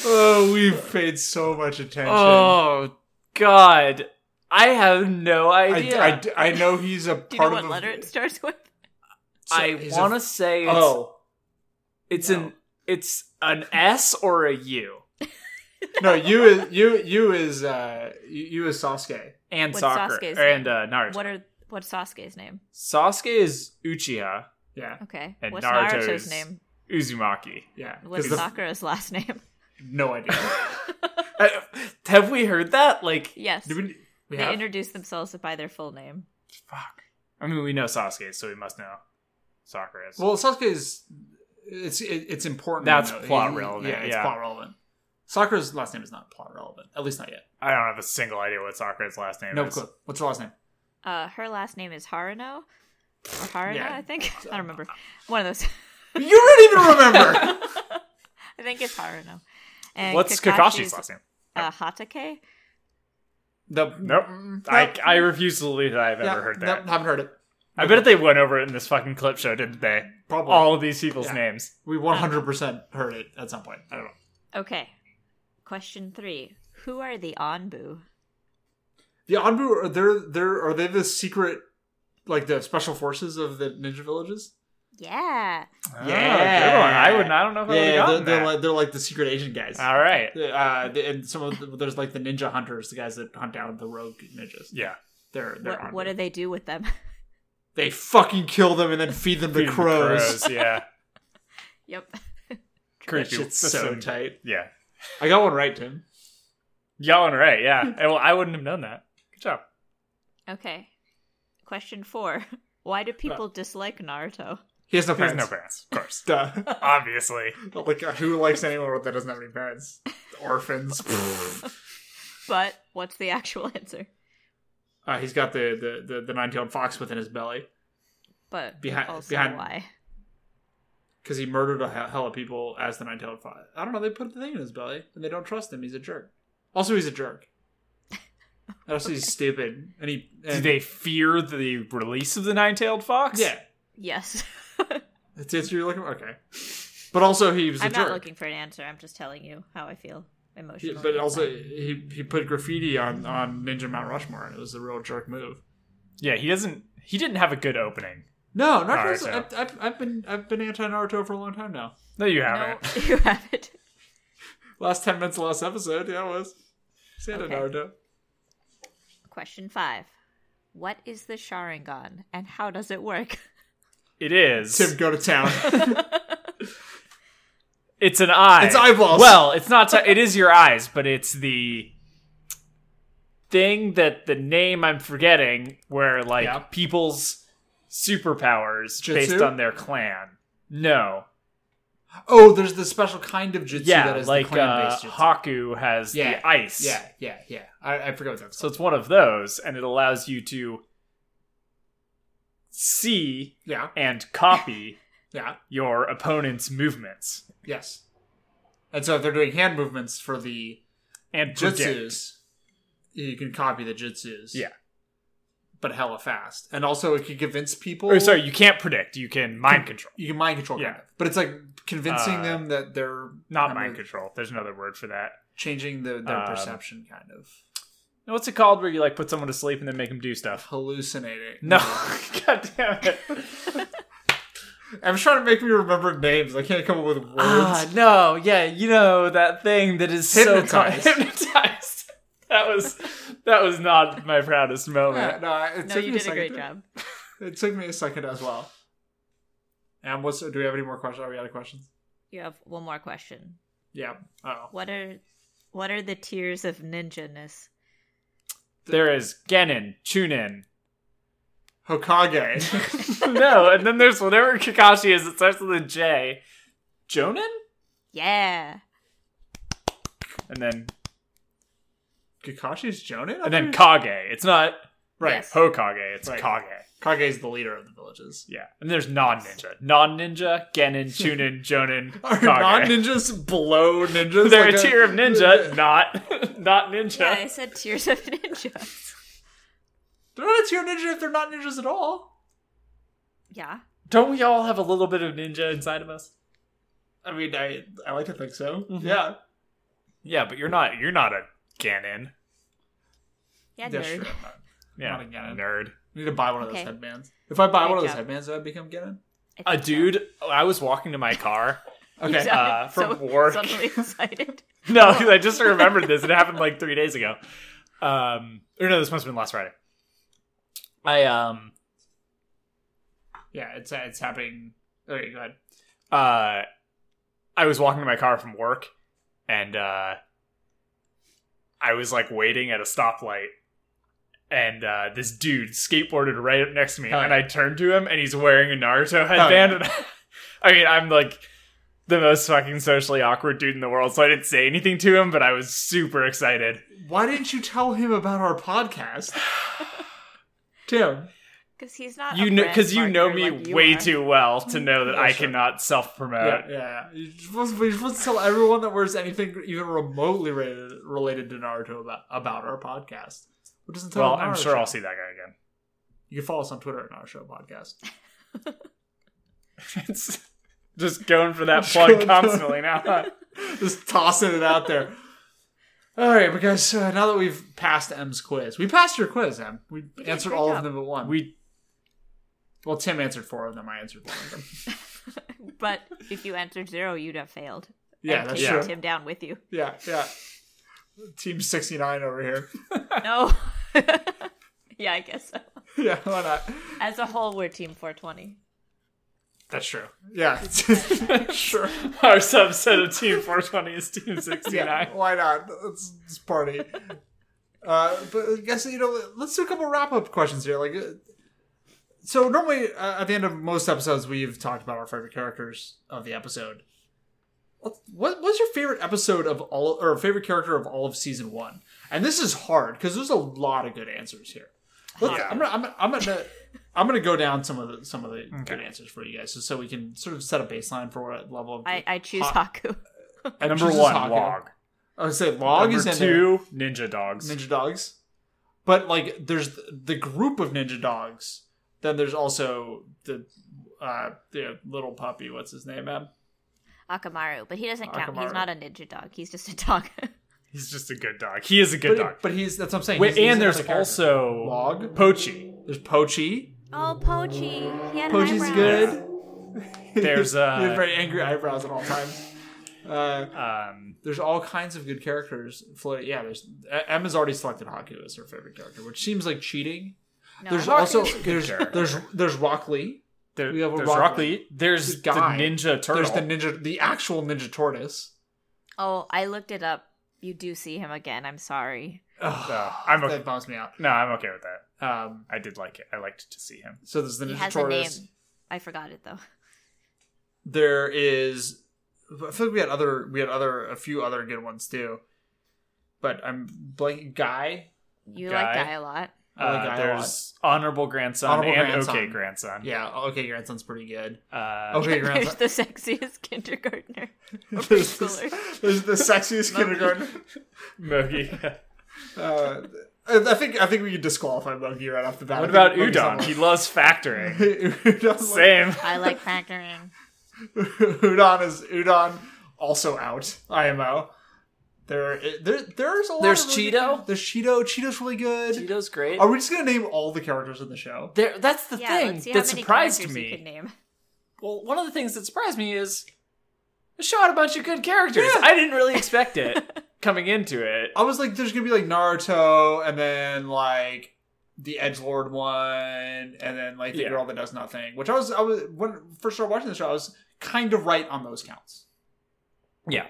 [SPEAKER 1] oh, we've paid so much attention.
[SPEAKER 2] Oh God. I have no idea.
[SPEAKER 1] I, I, I know he's a part
[SPEAKER 3] Do you know
[SPEAKER 1] of
[SPEAKER 3] what
[SPEAKER 1] the-
[SPEAKER 3] letter it starts with?
[SPEAKER 1] so
[SPEAKER 2] I
[SPEAKER 1] he's a-
[SPEAKER 2] want to say it's,
[SPEAKER 1] Oh
[SPEAKER 2] it's
[SPEAKER 1] no.
[SPEAKER 2] an it's an S or a U.
[SPEAKER 1] no, you is you you is uh you, you is Sasuke.
[SPEAKER 2] And
[SPEAKER 3] What's
[SPEAKER 2] soccer
[SPEAKER 3] Sasuke's
[SPEAKER 2] and uh, Naruto.
[SPEAKER 3] What are what's Sasuke's name?
[SPEAKER 2] Sasuke is Uchiha
[SPEAKER 1] Yeah,
[SPEAKER 3] Okay.
[SPEAKER 2] And
[SPEAKER 3] what's
[SPEAKER 2] Naruto's-
[SPEAKER 3] Naruto's name?
[SPEAKER 2] Uzumaki.
[SPEAKER 1] yeah. 'Cause
[SPEAKER 3] What's
[SPEAKER 1] the-
[SPEAKER 3] Sakura's last name?
[SPEAKER 1] no idea.
[SPEAKER 2] Uh, have we heard that? Like,
[SPEAKER 3] yes.
[SPEAKER 1] Do we, we
[SPEAKER 3] they
[SPEAKER 1] have?
[SPEAKER 3] introduce themselves by their full name.
[SPEAKER 2] fuck. I mean, we know Sasuke, so we must know Sakura. Is.
[SPEAKER 1] well, Sasuke is it's it, it's important.
[SPEAKER 2] That's
[SPEAKER 1] though.
[SPEAKER 2] plot
[SPEAKER 1] He-
[SPEAKER 2] relevant,
[SPEAKER 1] Yeah, it's
[SPEAKER 2] yeah.
[SPEAKER 1] plot relevant. Sakura's last name is not plot relevant, at least not yet.
[SPEAKER 2] I don't have a single idea what Sakura's last name
[SPEAKER 1] No
[SPEAKER 2] is.
[SPEAKER 1] clue. What's her last name?
[SPEAKER 3] Uh, her last name is Haruno. Or Haruno,
[SPEAKER 1] Yeah.
[SPEAKER 3] I think. I don't remember. One of those.
[SPEAKER 1] You don't even remember.
[SPEAKER 3] I think it's Haruno. And
[SPEAKER 2] What's Kakashi's last name?
[SPEAKER 3] Uh, Hatake.
[SPEAKER 1] the,
[SPEAKER 2] Nope. I, I refuse to believe that I've
[SPEAKER 1] yeah,
[SPEAKER 2] ever heard
[SPEAKER 1] nope,
[SPEAKER 2] that.
[SPEAKER 1] haven't heard it.
[SPEAKER 2] I bet they went over it in this fucking clip show, didn't they?
[SPEAKER 1] Probably.
[SPEAKER 2] All of these people's
[SPEAKER 1] Yeah.
[SPEAKER 2] names.
[SPEAKER 1] We 100% heard it at some point. I don't know.
[SPEAKER 3] Okay. Question three. Who are the Anbu?
[SPEAKER 1] The Anbu are they're they're are they the secret like the special forces of the ninja villages?
[SPEAKER 3] Yeah.
[SPEAKER 2] Oh, good one. I would. I don't know if I would have
[SPEAKER 1] Ah, Yeah, they're,
[SPEAKER 2] gotten
[SPEAKER 1] they're
[SPEAKER 2] that.
[SPEAKER 1] like they're like the secret agent guys.
[SPEAKER 2] All right.
[SPEAKER 1] Uh, the- and some of the, there's like the ninja hunters, the guys that hunt down the rogue ninjas.
[SPEAKER 2] Yeah.
[SPEAKER 1] They're they're
[SPEAKER 3] What,
[SPEAKER 1] Anbu.
[SPEAKER 3] what do they do with them?
[SPEAKER 1] they fucking kill them and then feed them
[SPEAKER 2] Feed
[SPEAKER 1] to
[SPEAKER 2] the
[SPEAKER 1] crows.
[SPEAKER 2] crows, Yeah.
[SPEAKER 3] yep.
[SPEAKER 1] That
[SPEAKER 2] Creepy.
[SPEAKER 1] shit's
[SPEAKER 2] That's
[SPEAKER 1] so
[SPEAKER 2] some-
[SPEAKER 1] tight.
[SPEAKER 2] Yeah.
[SPEAKER 1] I got one right, Tim.
[SPEAKER 2] Y'all were right. Yeah. And, well, I wouldn't have done that. Good job.
[SPEAKER 3] Okay. Question four. Why do people dislike Naruto?
[SPEAKER 1] He has no
[SPEAKER 2] There's
[SPEAKER 1] parents.
[SPEAKER 2] no parents, of course.
[SPEAKER 1] Duh.
[SPEAKER 2] Obviously.
[SPEAKER 1] like who likes anyone that doesn't have any parents? Orphans.
[SPEAKER 3] But what's the actual answer?
[SPEAKER 1] uh, he's got the the, the, the nine tailed fox within his belly
[SPEAKER 3] But
[SPEAKER 1] Behind-
[SPEAKER 3] also
[SPEAKER 1] behind-
[SPEAKER 3] why?
[SPEAKER 1] because he murdered a he- hell of people as the nine tailed fox. I don't know. They put the thing in his belly and they don't trust him. He's a jerk. Also, he's a jerk. And also, he's stupid. And he
[SPEAKER 2] Do
[SPEAKER 1] and-
[SPEAKER 2] they fear the release of the nine-tailed fox?
[SPEAKER 1] Yeah,
[SPEAKER 3] Yes.
[SPEAKER 1] that's the answer you're looking. for? Okay, but also he was a
[SPEAKER 3] I'm
[SPEAKER 1] jerk.
[SPEAKER 3] not looking for an answer. I'm just telling you how I feel
[SPEAKER 1] He-
[SPEAKER 3] emotionally.
[SPEAKER 1] but also, he he put graffiti on on Ninja Mount Rushmore, and it was a real jerk move.
[SPEAKER 2] Yeah. He doesn't. He didn't have a good opening.
[SPEAKER 1] No, Naruto's,
[SPEAKER 2] Naruto.
[SPEAKER 1] I've, I've, I've been I've been anti Naruto for a long time now.
[SPEAKER 2] No, you
[SPEAKER 3] no,
[SPEAKER 2] haven't.
[SPEAKER 3] you have it.
[SPEAKER 1] Last ten minutes, of last episode, yeah, I was. Santa
[SPEAKER 3] Okay.
[SPEAKER 1] Naruto.
[SPEAKER 3] Question five. What is the Sharingan and how does it work?
[SPEAKER 2] It is.
[SPEAKER 1] Tim, go to town.
[SPEAKER 2] It's an eye.
[SPEAKER 1] It's eyeballs.
[SPEAKER 2] Well, it's not. it is your eyes, but it's the thing that the name I'm forgetting, where like
[SPEAKER 1] Yeah.
[SPEAKER 2] people's superpowers
[SPEAKER 1] Jutsu?
[SPEAKER 2] based on their clan. No,
[SPEAKER 1] oh, there's the special kind of jutsu that
[SPEAKER 2] yeah,
[SPEAKER 1] is
[SPEAKER 2] like
[SPEAKER 1] the clan
[SPEAKER 2] uh,
[SPEAKER 1] based jutsu.
[SPEAKER 2] Haku has
[SPEAKER 1] Yeah,
[SPEAKER 2] the ice.
[SPEAKER 1] Yeah, yeah, yeah. I, I forgot what that's
[SPEAKER 2] so
[SPEAKER 1] called.
[SPEAKER 2] it's one of those, and it allows you to see
[SPEAKER 1] Yeah,
[SPEAKER 2] and copy
[SPEAKER 1] yeah,
[SPEAKER 2] your opponent's movements
[SPEAKER 1] yes. And so if they're doing hand movements for the
[SPEAKER 2] and predict.
[SPEAKER 1] jutsus, you can copy the jutsus.
[SPEAKER 2] Yeah.
[SPEAKER 1] But hella fast. And also it could convince people.
[SPEAKER 2] Or Oh, sorry, you can't predict. You can mind control.
[SPEAKER 1] You can mind control.
[SPEAKER 2] Yeah.
[SPEAKER 1] Yeah. But it's like convincing
[SPEAKER 2] Uh,
[SPEAKER 1] them that they're
[SPEAKER 2] Not
[SPEAKER 1] I'm
[SPEAKER 2] mind
[SPEAKER 1] a-
[SPEAKER 2] control. There's another word for that.
[SPEAKER 1] changing the, their
[SPEAKER 2] Um,
[SPEAKER 1] perception kind of
[SPEAKER 2] What's it called where you like put someone to sleep and then make them do stuff?
[SPEAKER 1] hallucinating.
[SPEAKER 2] No, god damn it!
[SPEAKER 1] I'm trying to make me remember names. I can't come up with words.
[SPEAKER 2] ah, no, yeah, you know that thing that is
[SPEAKER 1] Hypnotized.
[SPEAKER 2] so con- hypnotized. That was that was not my proudest
[SPEAKER 1] Yeah,
[SPEAKER 2] moment.
[SPEAKER 1] Oh, no, it
[SPEAKER 3] No,
[SPEAKER 1] took
[SPEAKER 3] you
[SPEAKER 1] me
[SPEAKER 3] did a
[SPEAKER 1] second
[SPEAKER 3] great
[SPEAKER 1] to-
[SPEAKER 3] job.
[SPEAKER 1] It took me a second as well. And what's do we have any more questions? Are we out of questions?
[SPEAKER 3] You have one more question.
[SPEAKER 1] Yeah. Oh,
[SPEAKER 3] What are what are the tiers of ninja-ness?
[SPEAKER 2] There is Genin, Chunin.
[SPEAKER 1] Hokage.
[SPEAKER 2] no, and then there's whatever Kakashi is. It starts with a J. Jonin,
[SPEAKER 3] Yeah.
[SPEAKER 2] and then
[SPEAKER 1] Kakashi's Jonin. I
[SPEAKER 2] and then
[SPEAKER 1] think?
[SPEAKER 2] Kage. It's not
[SPEAKER 1] right.
[SPEAKER 3] Yes.
[SPEAKER 2] Hokage. It's
[SPEAKER 1] Right.
[SPEAKER 2] Kage.
[SPEAKER 1] Kage's the leader of the villages.
[SPEAKER 2] Yeah, and there's non ninja, non ninja, Genin, Chunin, Jonin,
[SPEAKER 1] Are
[SPEAKER 2] Kage.
[SPEAKER 1] non ninjas below ninjas?
[SPEAKER 2] They're
[SPEAKER 1] Like
[SPEAKER 2] a tier of ninja, not not ninja.
[SPEAKER 3] Yeah, I said tiers of ninja.
[SPEAKER 1] They're not a tier ninja if they're not ninjas at all.
[SPEAKER 3] Yeah.
[SPEAKER 2] Don't we all have a little bit of ninja inside of us?
[SPEAKER 1] I mean, I I like to think so. Yeah.
[SPEAKER 2] Yeah, but you're not you're not a Ganon.
[SPEAKER 3] Yeah,
[SPEAKER 1] That's
[SPEAKER 3] nerd.
[SPEAKER 1] true. I'm not-
[SPEAKER 2] Yeah,
[SPEAKER 1] Not a Ganon.
[SPEAKER 2] nerd.
[SPEAKER 1] I need to buy one of those
[SPEAKER 3] Okay.
[SPEAKER 1] headbands. If I buy
[SPEAKER 3] Good
[SPEAKER 1] one of those
[SPEAKER 3] job.
[SPEAKER 1] headbands, do I become Ganon?
[SPEAKER 3] I
[SPEAKER 2] A
[SPEAKER 3] think so.
[SPEAKER 2] dude. I was walking to my car.
[SPEAKER 1] Okay.
[SPEAKER 3] Exactly.
[SPEAKER 2] uh, from
[SPEAKER 3] So-
[SPEAKER 2] work.
[SPEAKER 3] Suddenly excited.
[SPEAKER 2] No, 'cause I just remembered this. It happened like three days ago. Um, or no, this must have been last Friday. I um
[SPEAKER 1] Yeah, it's it's happening. Okay, go ahead.
[SPEAKER 2] uh, I was walking to my car from work, and uh, I was like waiting at a stoplight, and uh, this dude skateboarded right up next to me,
[SPEAKER 1] Hell
[SPEAKER 2] and
[SPEAKER 1] yeah.
[SPEAKER 2] I turned to him, and he's wearing a Naruto
[SPEAKER 1] yeah.
[SPEAKER 2] headband. and I, mean, I'm like the most fucking socially awkward dude in the world, so I didn't say anything to him, but I was super excited.
[SPEAKER 1] Why didn't you tell him about our podcast? Tim.
[SPEAKER 3] Because he's not.
[SPEAKER 2] you
[SPEAKER 3] a
[SPEAKER 2] know
[SPEAKER 3] brand
[SPEAKER 2] because you know me
[SPEAKER 3] marketer like you
[SPEAKER 2] way
[SPEAKER 3] are. Mm-hmm.
[SPEAKER 2] too well to know that
[SPEAKER 1] Yeah,
[SPEAKER 2] i
[SPEAKER 1] sure.
[SPEAKER 2] cannot self-promote
[SPEAKER 1] Yeah, yeah. You're supposed, you're supposed to tell everyone that wears anything even remotely related, related to Naruto about, about our podcast. Which isn't
[SPEAKER 2] well i'm sure i'll see that guy
[SPEAKER 1] You can follow us on Twitter at Naruto Show Podcast.
[SPEAKER 2] again it's just going for that
[SPEAKER 1] Just
[SPEAKER 2] plug
[SPEAKER 1] going for-
[SPEAKER 2] constantly now
[SPEAKER 1] Just tossing it out there. All right, but guys, uh, now that we've passed M's quiz, we passed your quiz, Em. We
[SPEAKER 3] did,
[SPEAKER 1] answered
[SPEAKER 3] good
[SPEAKER 1] all of
[SPEAKER 3] job.
[SPEAKER 1] them but one.
[SPEAKER 2] we
[SPEAKER 1] well, Tim answered four of them. I answered one of them.
[SPEAKER 3] But if you answered zero, you'd have failed.
[SPEAKER 1] Yeah,
[SPEAKER 3] and
[SPEAKER 1] that's
[SPEAKER 3] taken
[SPEAKER 1] true.
[SPEAKER 3] Tim down with you.
[SPEAKER 1] Yeah, yeah. Team 69 over here.
[SPEAKER 3] No. yeah, I guess so.
[SPEAKER 1] yeah, why not?
[SPEAKER 3] As a whole, we're Team 420.
[SPEAKER 1] That's true. Yeah. sure.
[SPEAKER 2] our subset of team 420 is team 69
[SPEAKER 1] Yeah, why not? Let's, let's party. uh, but I guess, you know, let's do a couple wrap up questions here. Like, uh, so normally uh, at the end of most episodes, we've talked about our favorite characters of the episode. What what- what's your favorite episode of all, or favorite character of all of season one? And this is hard because there's a lot of good answers here. Let's,
[SPEAKER 2] Yeah.
[SPEAKER 1] I'm gonna, I'm, gonna- I'm gonna, I'm gonna go down some of the some of the good answers for you guys, so, so we can sort of set a baseline for what level of
[SPEAKER 3] I, I choose
[SPEAKER 1] Hot-
[SPEAKER 3] Haku.
[SPEAKER 1] and
[SPEAKER 2] number
[SPEAKER 1] chooses
[SPEAKER 2] one
[SPEAKER 1] Haku.
[SPEAKER 2] log
[SPEAKER 1] I would say log
[SPEAKER 2] number
[SPEAKER 1] is in there.
[SPEAKER 2] two ninja dogs
[SPEAKER 1] ninja dogs but like there's th- the group of ninja dogs then there's also the uh the little puppy what's his name Em?
[SPEAKER 3] Akamaru, but he doesn't count.
[SPEAKER 1] Akamaru.
[SPEAKER 3] He's not a ninja dog. He's just a dog.
[SPEAKER 2] he's just a good dog he is a
[SPEAKER 1] but,
[SPEAKER 2] good dog
[SPEAKER 1] but he's that's what i'm saying
[SPEAKER 2] Wait,
[SPEAKER 1] He's- he's
[SPEAKER 2] and there's
[SPEAKER 1] another character.
[SPEAKER 2] also
[SPEAKER 1] Log?
[SPEAKER 2] pochi
[SPEAKER 1] there's pochi
[SPEAKER 3] oh, Pochi. He had
[SPEAKER 1] pochi's
[SPEAKER 3] eyebrows.
[SPEAKER 1] good
[SPEAKER 2] There's, uh,
[SPEAKER 1] he has very angry eyebrows at all times uh
[SPEAKER 2] um
[SPEAKER 1] there's all kinds of good characters floating yeah there's E-, em has already selected haku as her favorite character which seems like cheating
[SPEAKER 3] No,
[SPEAKER 1] there's
[SPEAKER 3] Haku-
[SPEAKER 1] also
[SPEAKER 2] Haku's a good
[SPEAKER 1] there's
[SPEAKER 2] character.
[SPEAKER 1] there's there's rock lee
[SPEAKER 2] there,
[SPEAKER 1] We have a
[SPEAKER 2] there's
[SPEAKER 1] rock
[SPEAKER 2] rock lee there's the
[SPEAKER 1] guy.
[SPEAKER 2] ninja turtle
[SPEAKER 1] there's the ninja the actual ninja tortoise
[SPEAKER 3] Oh, I looked it up. You do see him again. I'm sorry.
[SPEAKER 1] Ugh,
[SPEAKER 2] Uh, I'm okay.
[SPEAKER 1] that bums me out
[SPEAKER 2] no i'm okay with that
[SPEAKER 1] um
[SPEAKER 2] i did like it i liked to see him
[SPEAKER 1] So there's the
[SPEAKER 3] He
[SPEAKER 1] Ninja
[SPEAKER 3] has
[SPEAKER 1] Tortoise.
[SPEAKER 3] a name. I forgot it though.
[SPEAKER 1] There is. I feel like we had other. We had other. A few other good ones too. But I'm blanking. Guy.
[SPEAKER 3] You like
[SPEAKER 2] Guy.
[SPEAKER 3] Guy a lot.
[SPEAKER 1] I like
[SPEAKER 2] Uh,
[SPEAKER 1] Guy a
[SPEAKER 2] there's honorable grandson
[SPEAKER 1] Honorable
[SPEAKER 2] and
[SPEAKER 1] grandson.
[SPEAKER 2] okay grandson.
[SPEAKER 1] Yeah. Okay, grandson's pretty good.
[SPEAKER 2] Uh,
[SPEAKER 1] Okay,
[SPEAKER 3] There's
[SPEAKER 1] grandson.
[SPEAKER 3] the sexiest kindergartner. Or
[SPEAKER 1] There's this-
[SPEAKER 3] preschooler.
[SPEAKER 1] there's the sexiest kindergarten.
[SPEAKER 2] Mogi.
[SPEAKER 1] Uh, I I think. I think we could disqualify Monkey right off the bat.
[SPEAKER 2] what
[SPEAKER 1] I
[SPEAKER 2] about
[SPEAKER 1] think Monkey's
[SPEAKER 2] Udon?
[SPEAKER 1] not-
[SPEAKER 2] He loves factoring.
[SPEAKER 1] Udon's like-
[SPEAKER 2] Same.
[SPEAKER 3] I like factoring.
[SPEAKER 1] Udon is Udon also out. IMO. There, there, there's a lot.
[SPEAKER 2] There's
[SPEAKER 1] of really good-
[SPEAKER 2] Cheeto?
[SPEAKER 1] There's Cheeto. Cheeto's really good.
[SPEAKER 2] Cheeto's great.
[SPEAKER 1] Are we just gonna name all the characters in the show?
[SPEAKER 2] There, that's the
[SPEAKER 3] yeah, let's see how
[SPEAKER 2] that
[SPEAKER 3] many
[SPEAKER 2] surprised
[SPEAKER 3] characters you could
[SPEAKER 2] me.
[SPEAKER 3] name.
[SPEAKER 2] Well, one of the things that surprised me is the show had a bunch of good characters. I didn't really expect it coming into it.
[SPEAKER 1] I was like, there's gonna be like Naruto, and then like the Edge Lord one, and then like the
[SPEAKER 2] Yeah.
[SPEAKER 1] girl that does nothing. Which I was, I was when first started watching the show, I was kind of right on those counts.
[SPEAKER 2] Yeah.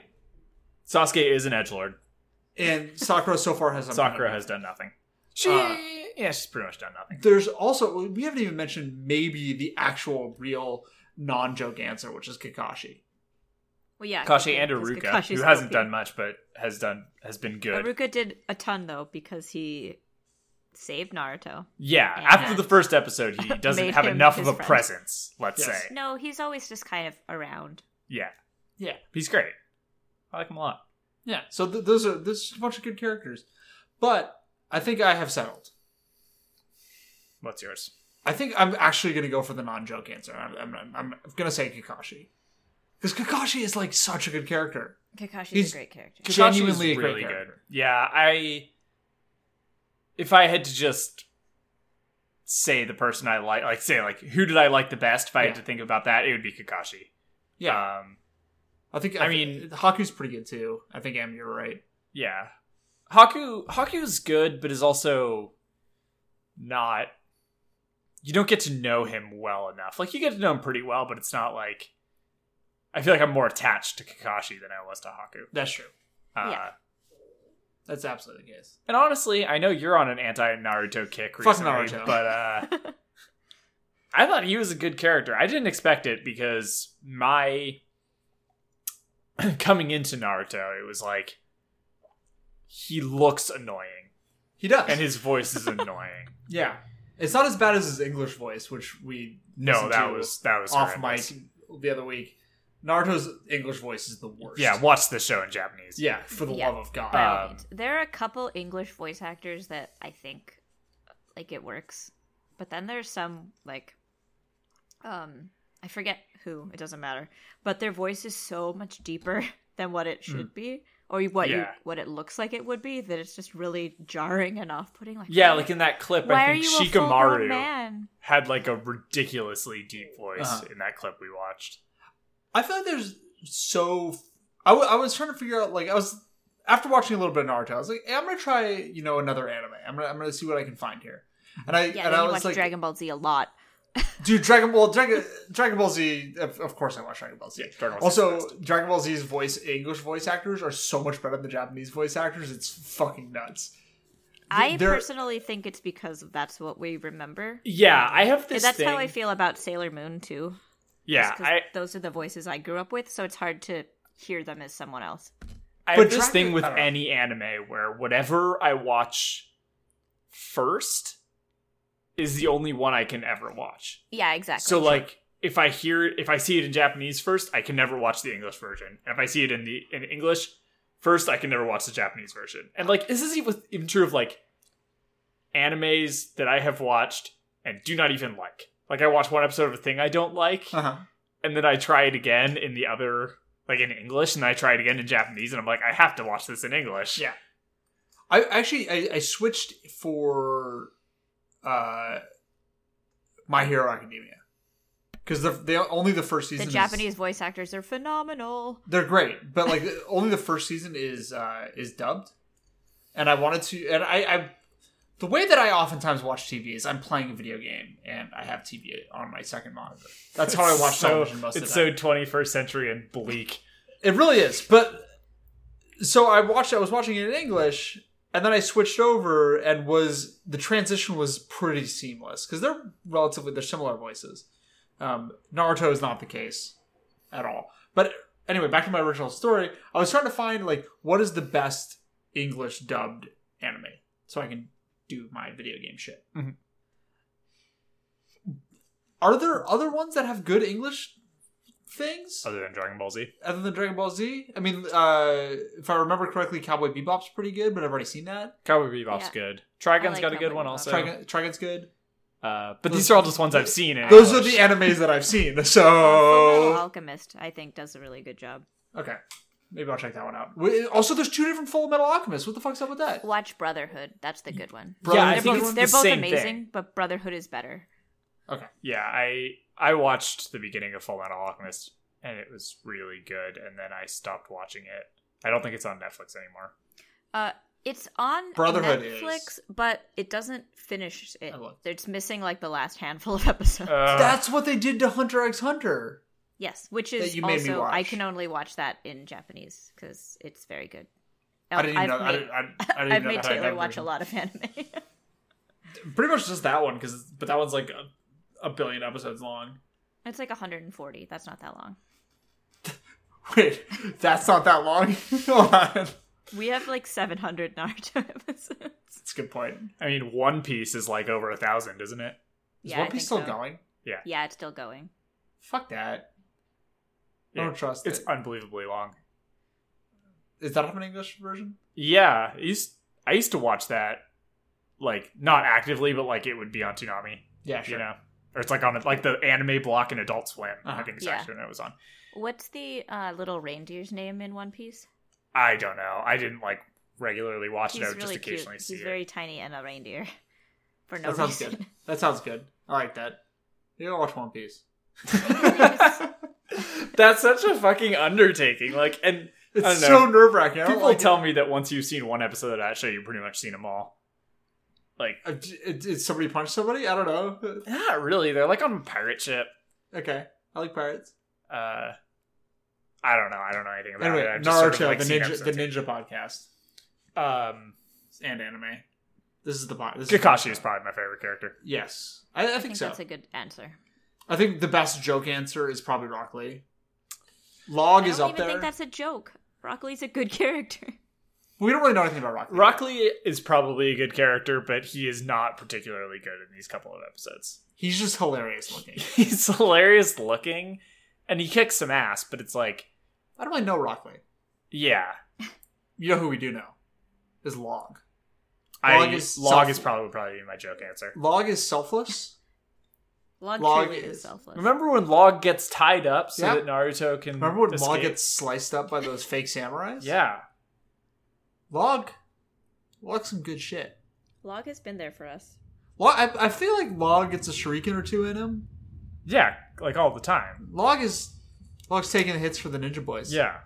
[SPEAKER 2] Sasuke is an edge lord.
[SPEAKER 1] And Sakura so far has
[SPEAKER 2] Sakura has done nothing. She,
[SPEAKER 1] Uh,
[SPEAKER 2] yeah, she's pretty much done nothing.
[SPEAKER 1] There's also we haven't even mentioned maybe the actual real non-joke answer, which is Kakashi.
[SPEAKER 3] Well, yeah,
[SPEAKER 2] Kashi and
[SPEAKER 3] because
[SPEAKER 2] Aruka,
[SPEAKER 3] Kakashi's
[SPEAKER 2] who hasn't
[SPEAKER 3] OP.
[SPEAKER 2] done much but has done has been good.
[SPEAKER 3] Aruka did a ton though because he saved Naruto.
[SPEAKER 2] Yeah,
[SPEAKER 3] And-
[SPEAKER 2] after the first episode, he doesn't
[SPEAKER 3] Made
[SPEAKER 2] have
[SPEAKER 3] him
[SPEAKER 2] enough of
[SPEAKER 3] his
[SPEAKER 2] a
[SPEAKER 3] friend.
[SPEAKER 2] presence, let's
[SPEAKER 1] Yes.
[SPEAKER 2] say.
[SPEAKER 3] No, he's always just kind of around.
[SPEAKER 2] Yeah.
[SPEAKER 1] Yeah.
[SPEAKER 2] He's great. I like him a lot.
[SPEAKER 1] Yeah. So th- those are there's just a bunch of good characters, but I think I have settled.
[SPEAKER 2] What's yours?
[SPEAKER 1] I think I'm actually going to go for the non-joke answer. I'm, I'm, I'm, I'm going to say Kakashi. Because Kakashi is like such a good character.
[SPEAKER 3] Kakashi's
[SPEAKER 1] He's-
[SPEAKER 3] a great character.
[SPEAKER 1] Genuinely a great
[SPEAKER 2] really
[SPEAKER 1] character.
[SPEAKER 2] good. Yeah, I if I had to just say the person I like, like say like who did I like the best? If I had
[SPEAKER 1] Yeah.
[SPEAKER 2] to think about that, it would be Kakashi.
[SPEAKER 1] Yeah,
[SPEAKER 2] Um,
[SPEAKER 1] I think.
[SPEAKER 2] I
[SPEAKER 1] I, mean,
[SPEAKER 2] mean-
[SPEAKER 1] Haku's pretty good too. I think Em, you're right.
[SPEAKER 2] yeah. Haku Haku's good, but is also not. You don't get to know him well enough. Like you get to know him pretty well, but it's not like. I feel like I'm more attached to Kakashi than I was to Haku.
[SPEAKER 1] That's true.
[SPEAKER 2] Uh,
[SPEAKER 3] Yeah.
[SPEAKER 1] That's absolutely the case.
[SPEAKER 2] And honestly, I know you're on an anti Naruto kick
[SPEAKER 1] Fuck
[SPEAKER 2] recently,
[SPEAKER 1] Naruto.
[SPEAKER 2] but uh, I thought he was a good character. I didn't expect it because my coming into Naruto, it was like he looks annoying
[SPEAKER 1] He does.
[SPEAKER 2] and his voice is annoying.
[SPEAKER 1] yeah, it's not as bad as his English voice, which we
[SPEAKER 2] No,
[SPEAKER 1] listened
[SPEAKER 2] that
[SPEAKER 1] to
[SPEAKER 2] was that was
[SPEAKER 1] off mic
[SPEAKER 2] horrendous.
[SPEAKER 1] the other week. Naruto's English voice is the worst.
[SPEAKER 2] Yeah, watch the show in Japanese.
[SPEAKER 1] yeah. For the
[SPEAKER 3] Yeah.
[SPEAKER 1] love of God.
[SPEAKER 3] By all
[SPEAKER 2] Um,
[SPEAKER 3] means. There are a couple English voice actors that I think like it works. But then there's some like um I forget who, it doesn't matter. But their voice is so much deeper than what it should be or what you
[SPEAKER 2] Hmm. Yeah.
[SPEAKER 3] what it looks like it would be that it's just really jarring and off-putting like
[SPEAKER 2] Yeah,
[SPEAKER 3] why-
[SPEAKER 2] like in that clip,
[SPEAKER 3] why
[SPEAKER 2] I
[SPEAKER 3] are
[SPEAKER 2] think
[SPEAKER 3] you a full-grown
[SPEAKER 2] Shikamaru
[SPEAKER 3] man?
[SPEAKER 2] had like a ridiculously deep voice
[SPEAKER 1] Uh-huh.
[SPEAKER 2] in that clip we watched.
[SPEAKER 1] I feel like there's so. I, w- I was trying to figure out, like, I was. After watching a little bit of Naruto, I was like, hey, I'm going to try, you know, another anime. I'm going to I'm gonna see what I can find here. And I,
[SPEAKER 3] Mm-hmm. Yeah,
[SPEAKER 1] and
[SPEAKER 3] then
[SPEAKER 1] I
[SPEAKER 3] you
[SPEAKER 1] was
[SPEAKER 3] watch
[SPEAKER 1] like,
[SPEAKER 3] Dragon Ball Z a lot.
[SPEAKER 1] dude, Dragon Ball, Dragon, Dragon Ball Z, of, of course I watch Dragon Ball Z.
[SPEAKER 2] Dragon Ball Z is the
[SPEAKER 1] Also,
[SPEAKER 2] best.
[SPEAKER 1] Dragon Ball Z's voice, English voice actors are so much better than the Japanese voice actors. It's fucking nuts.
[SPEAKER 3] I
[SPEAKER 1] There-
[SPEAKER 3] personally think it's because that's what we remember.
[SPEAKER 2] yeah, I have this.
[SPEAKER 3] That's how I
[SPEAKER 2] thing-
[SPEAKER 3] feel about Sailor Moon too.
[SPEAKER 2] Yeah,
[SPEAKER 3] just 'cause
[SPEAKER 2] I,
[SPEAKER 3] those are the voices I grew up with, so it's hard to hear them as someone else.
[SPEAKER 2] I
[SPEAKER 1] But
[SPEAKER 2] have this
[SPEAKER 1] Dragon-
[SPEAKER 2] thing with
[SPEAKER 1] I don't know.
[SPEAKER 2] any anime where whatever I watch first is the only one I can ever watch.
[SPEAKER 3] Yeah, exactly.
[SPEAKER 2] So like if I hear if I see it in Japanese first, I can never watch the English version. And if I see it in the in English first, I can never watch the Japanese version. And like this is even, even true of like animes that I have watched and do not even like. Like I watch one episode of a thing I don't like
[SPEAKER 1] Uh huh.
[SPEAKER 2] and then I try it again in the other, like in English, and I try it again in Japanese, and I'm like, I have to watch this in English.
[SPEAKER 1] Yeah. I actually I, I switched for uh My Hero Academia because the, they only the first
[SPEAKER 3] the
[SPEAKER 1] season. is-
[SPEAKER 3] Japanese voice actors are phenomenal.
[SPEAKER 1] they're great, but like only the first season is uh is dubbed, and I wanted to and I I the way that I oftentimes watch TV is I'm playing a video game and I have TV on my second monitor. That's how I
[SPEAKER 2] It's
[SPEAKER 1] watch
[SPEAKER 2] so-
[SPEAKER 1] television most of
[SPEAKER 2] It's
[SPEAKER 1] the time.
[SPEAKER 2] so 21st century and bleak.
[SPEAKER 1] It really is. But so I watched. I was watching it in English, and then I switched over, and was the transition was pretty seamless because they're relatively they're similar voices. Um, Naruto is not the case at all. But anyway, back to my original story. I was trying to find like what is the best English dubbed anime so I can do my video game shit.
[SPEAKER 2] Mhm.
[SPEAKER 1] Are there other ones that have good English things?
[SPEAKER 2] Other than Dragon Ball Z,
[SPEAKER 1] other than Dragon Ball Z. I mean, uh, if I remember correctly, Cowboy Bebop's pretty good, but I've already seen that.
[SPEAKER 2] Cowboy Bebop's
[SPEAKER 3] Yeah.
[SPEAKER 2] good.
[SPEAKER 3] I
[SPEAKER 2] Trigon's
[SPEAKER 3] like
[SPEAKER 2] got a good
[SPEAKER 3] Cowboy
[SPEAKER 2] one
[SPEAKER 3] Bebop.
[SPEAKER 2] also.
[SPEAKER 1] Trigun, Trigun's good.
[SPEAKER 2] Uh, but
[SPEAKER 1] Those-
[SPEAKER 2] these are all just ones I've seen. In
[SPEAKER 1] Those are
[SPEAKER 2] English.
[SPEAKER 1] the animes that I've seen.
[SPEAKER 2] Oh.
[SPEAKER 3] Fullmetal
[SPEAKER 1] So
[SPEAKER 3] Oh, Alchemist, I think, does a really good job.
[SPEAKER 1] okay, maybe I'll check that one out. We- Also, there's two different Full Metal Alchemists. What the fuck's up with
[SPEAKER 2] Uh,
[SPEAKER 1] that?
[SPEAKER 3] Watch Brotherhood. That's the good one.
[SPEAKER 2] Yeah, I
[SPEAKER 3] they're
[SPEAKER 2] think
[SPEAKER 3] both,
[SPEAKER 2] it's
[SPEAKER 3] they're
[SPEAKER 2] the
[SPEAKER 3] both
[SPEAKER 2] same
[SPEAKER 3] amazing,
[SPEAKER 2] thing.
[SPEAKER 3] but Brotherhood is better.
[SPEAKER 1] e-
[SPEAKER 2] Yeah, I I watched the beginning of Full Metal Alchemist, and it was really good. And then I stopped watching it. I don't think it's on Netflix anymore.
[SPEAKER 3] Uh, it's on
[SPEAKER 1] Brotherhood
[SPEAKER 3] Netflix, but it doesn't finish it.
[SPEAKER 1] I looked.
[SPEAKER 3] It's missing like the last handful of episodes.
[SPEAKER 2] Uh,
[SPEAKER 1] That's what they did to Hunter X Hunter.
[SPEAKER 3] Yes, which
[SPEAKER 1] that
[SPEAKER 3] is
[SPEAKER 1] you made me
[SPEAKER 3] also I
[SPEAKER 1] watch.
[SPEAKER 3] can only watch that in Japanese because it's very good.
[SPEAKER 1] I didn't even know.
[SPEAKER 3] have
[SPEAKER 1] I
[SPEAKER 3] made,
[SPEAKER 1] didn't, I, I didn't
[SPEAKER 3] have
[SPEAKER 1] even know
[SPEAKER 3] made
[SPEAKER 1] that I had
[SPEAKER 3] Taylor
[SPEAKER 1] that
[SPEAKER 3] watch a
[SPEAKER 1] version.
[SPEAKER 3] lot of anime.
[SPEAKER 1] Pretty much just that one, because but that one's like a, a billion episodes long.
[SPEAKER 3] it's like 140. That's not that long.
[SPEAKER 1] Wait, that's not that long. Hold on, that's
[SPEAKER 3] We have like 700 Naruto episodes.
[SPEAKER 1] a good point. Is
[SPEAKER 2] I mean, One Piece is like over a thousand, isn't it?
[SPEAKER 3] Yeah,
[SPEAKER 1] One
[SPEAKER 3] I
[SPEAKER 1] Piece
[SPEAKER 3] think
[SPEAKER 1] still
[SPEAKER 3] so.
[SPEAKER 1] going?
[SPEAKER 3] Yeah, it's still going.
[SPEAKER 1] Fuck that. I
[SPEAKER 2] Yeah.
[SPEAKER 1] don't trust
[SPEAKER 2] It's
[SPEAKER 1] it.
[SPEAKER 2] unbelievably long.
[SPEAKER 1] Is that have an English version?
[SPEAKER 2] Yeah, I used I used to watch that, like not actively, but like it would be on Toonami,
[SPEAKER 1] Yeah,
[SPEAKER 2] you know, or it's like on like the anime block in Adult Swim. I
[SPEAKER 1] Uh-huh.
[SPEAKER 2] think it's
[SPEAKER 3] Yeah.
[SPEAKER 2] actually when it was on.
[SPEAKER 3] What's the uh, little reindeer's name in One Piece?
[SPEAKER 2] I don't know. I didn't like regularly watch it. I
[SPEAKER 3] He's
[SPEAKER 2] would
[SPEAKER 3] really
[SPEAKER 2] just
[SPEAKER 3] cute.
[SPEAKER 2] occasionally
[SPEAKER 3] He's
[SPEAKER 2] see it.
[SPEAKER 3] very tiny and a reindeer. For no
[SPEAKER 1] That sounds
[SPEAKER 3] reason.
[SPEAKER 1] good. That sounds good. I like that. You gotta watch One Piece.
[SPEAKER 2] That's such a fucking undertaking. Like, and
[SPEAKER 1] It's
[SPEAKER 2] don't know.
[SPEAKER 1] so nerve wracking.
[SPEAKER 2] people
[SPEAKER 1] like
[SPEAKER 2] tell me that once you've seen one episode of that show, you've pretty much seen them all. Like,
[SPEAKER 1] Uh, d- uh, Did somebody punch somebody? I don't know.
[SPEAKER 2] not really. They're like on a pirate ship.
[SPEAKER 1] Okay, I like pirates.
[SPEAKER 2] Uh, I don't know. I don't know anything about
[SPEAKER 1] Anyway,
[SPEAKER 2] it. I've just sort
[SPEAKER 1] Naruto,
[SPEAKER 2] of, like,
[SPEAKER 1] the
[SPEAKER 2] seen
[SPEAKER 1] ninja, the
[SPEAKER 2] episodes.
[SPEAKER 1] ninja podcast
[SPEAKER 2] Um,
[SPEAKER 1] and anime. This is the po- this is the
[SPEAKER 2] Kakashi
[SPEAKER 1] podcast.
[SPEAKER 2] is probably my favorite character.
[SPEAKER 1] Yes, I, I, think,
[SPEAKER 3] I think
[SPEAKER 1] so.
[SPEAKER 3] that's a good answer.
[SPEAKER 1] I think the best joke answer is probably Rock Lee. Log
[SPEAKER 3] I
[SPEAKER 1] is
[SPEAKER 3] don't
[SPEAKER 1] up
[SPEAKER 3] even
[SPEAKER 1] there.
[SPEAKER 3] think that's a joke. Broccoli's a good character.
[SPEAKER 1] we don't really know anything about Rock. Lee.
[SPEAKER 2] Rock Lee is probably a good character, but he is not particularly good in these couple of episodes.
[SPEAKER 1] He's just hilarious looking.
[SPEAKER 2] He's hilarious looking, and he kicks some ass, but it's like,
[SPEAKER 1] I don't really know Rock Lee.
[SPEAKER 2] yeah.
[SPEAKER 1] You know who we do know is Log.
[SPEAKER 2] I,
[SPEAKER 1] Log is
[SPEAKER 2] log
[SPEAKER 1] self-
[SPEAKER 2] is probably would probably be my joke answer.
[SPEAKER 1] Log is selfless.
[SPEAKER 3] Log,
[SPEAKER 1] Log
[SPEAKER 3] truly
[SPEAKER 1] is-
[SPEAKER 3] is selfless.
[SPEAKER 2] Remember when Log gets tied up so
[SPEAKER 1] Yeah.
[SPEAKER 2] that Naruto can
[SPEAKER 1] Remember when Log
[SPEAKER 2] escape?
[SPEAKER 1] gets sliced up by those fake samurais?
[SPEAKER 2] Yeah,
[SPEAKER 1] Log. Log's some good shit.
[SPEAKER 3] Log has been there for us.
[SPEAKER 1] Log, I, I feel like Log gets a shuriken or two in him.
[SPEAKER 2] yeah, like all the time.
[SPEAKER 1] Log is Log's taking the hits for the Ninja Boys.
[SPEAKER 2] Yeah,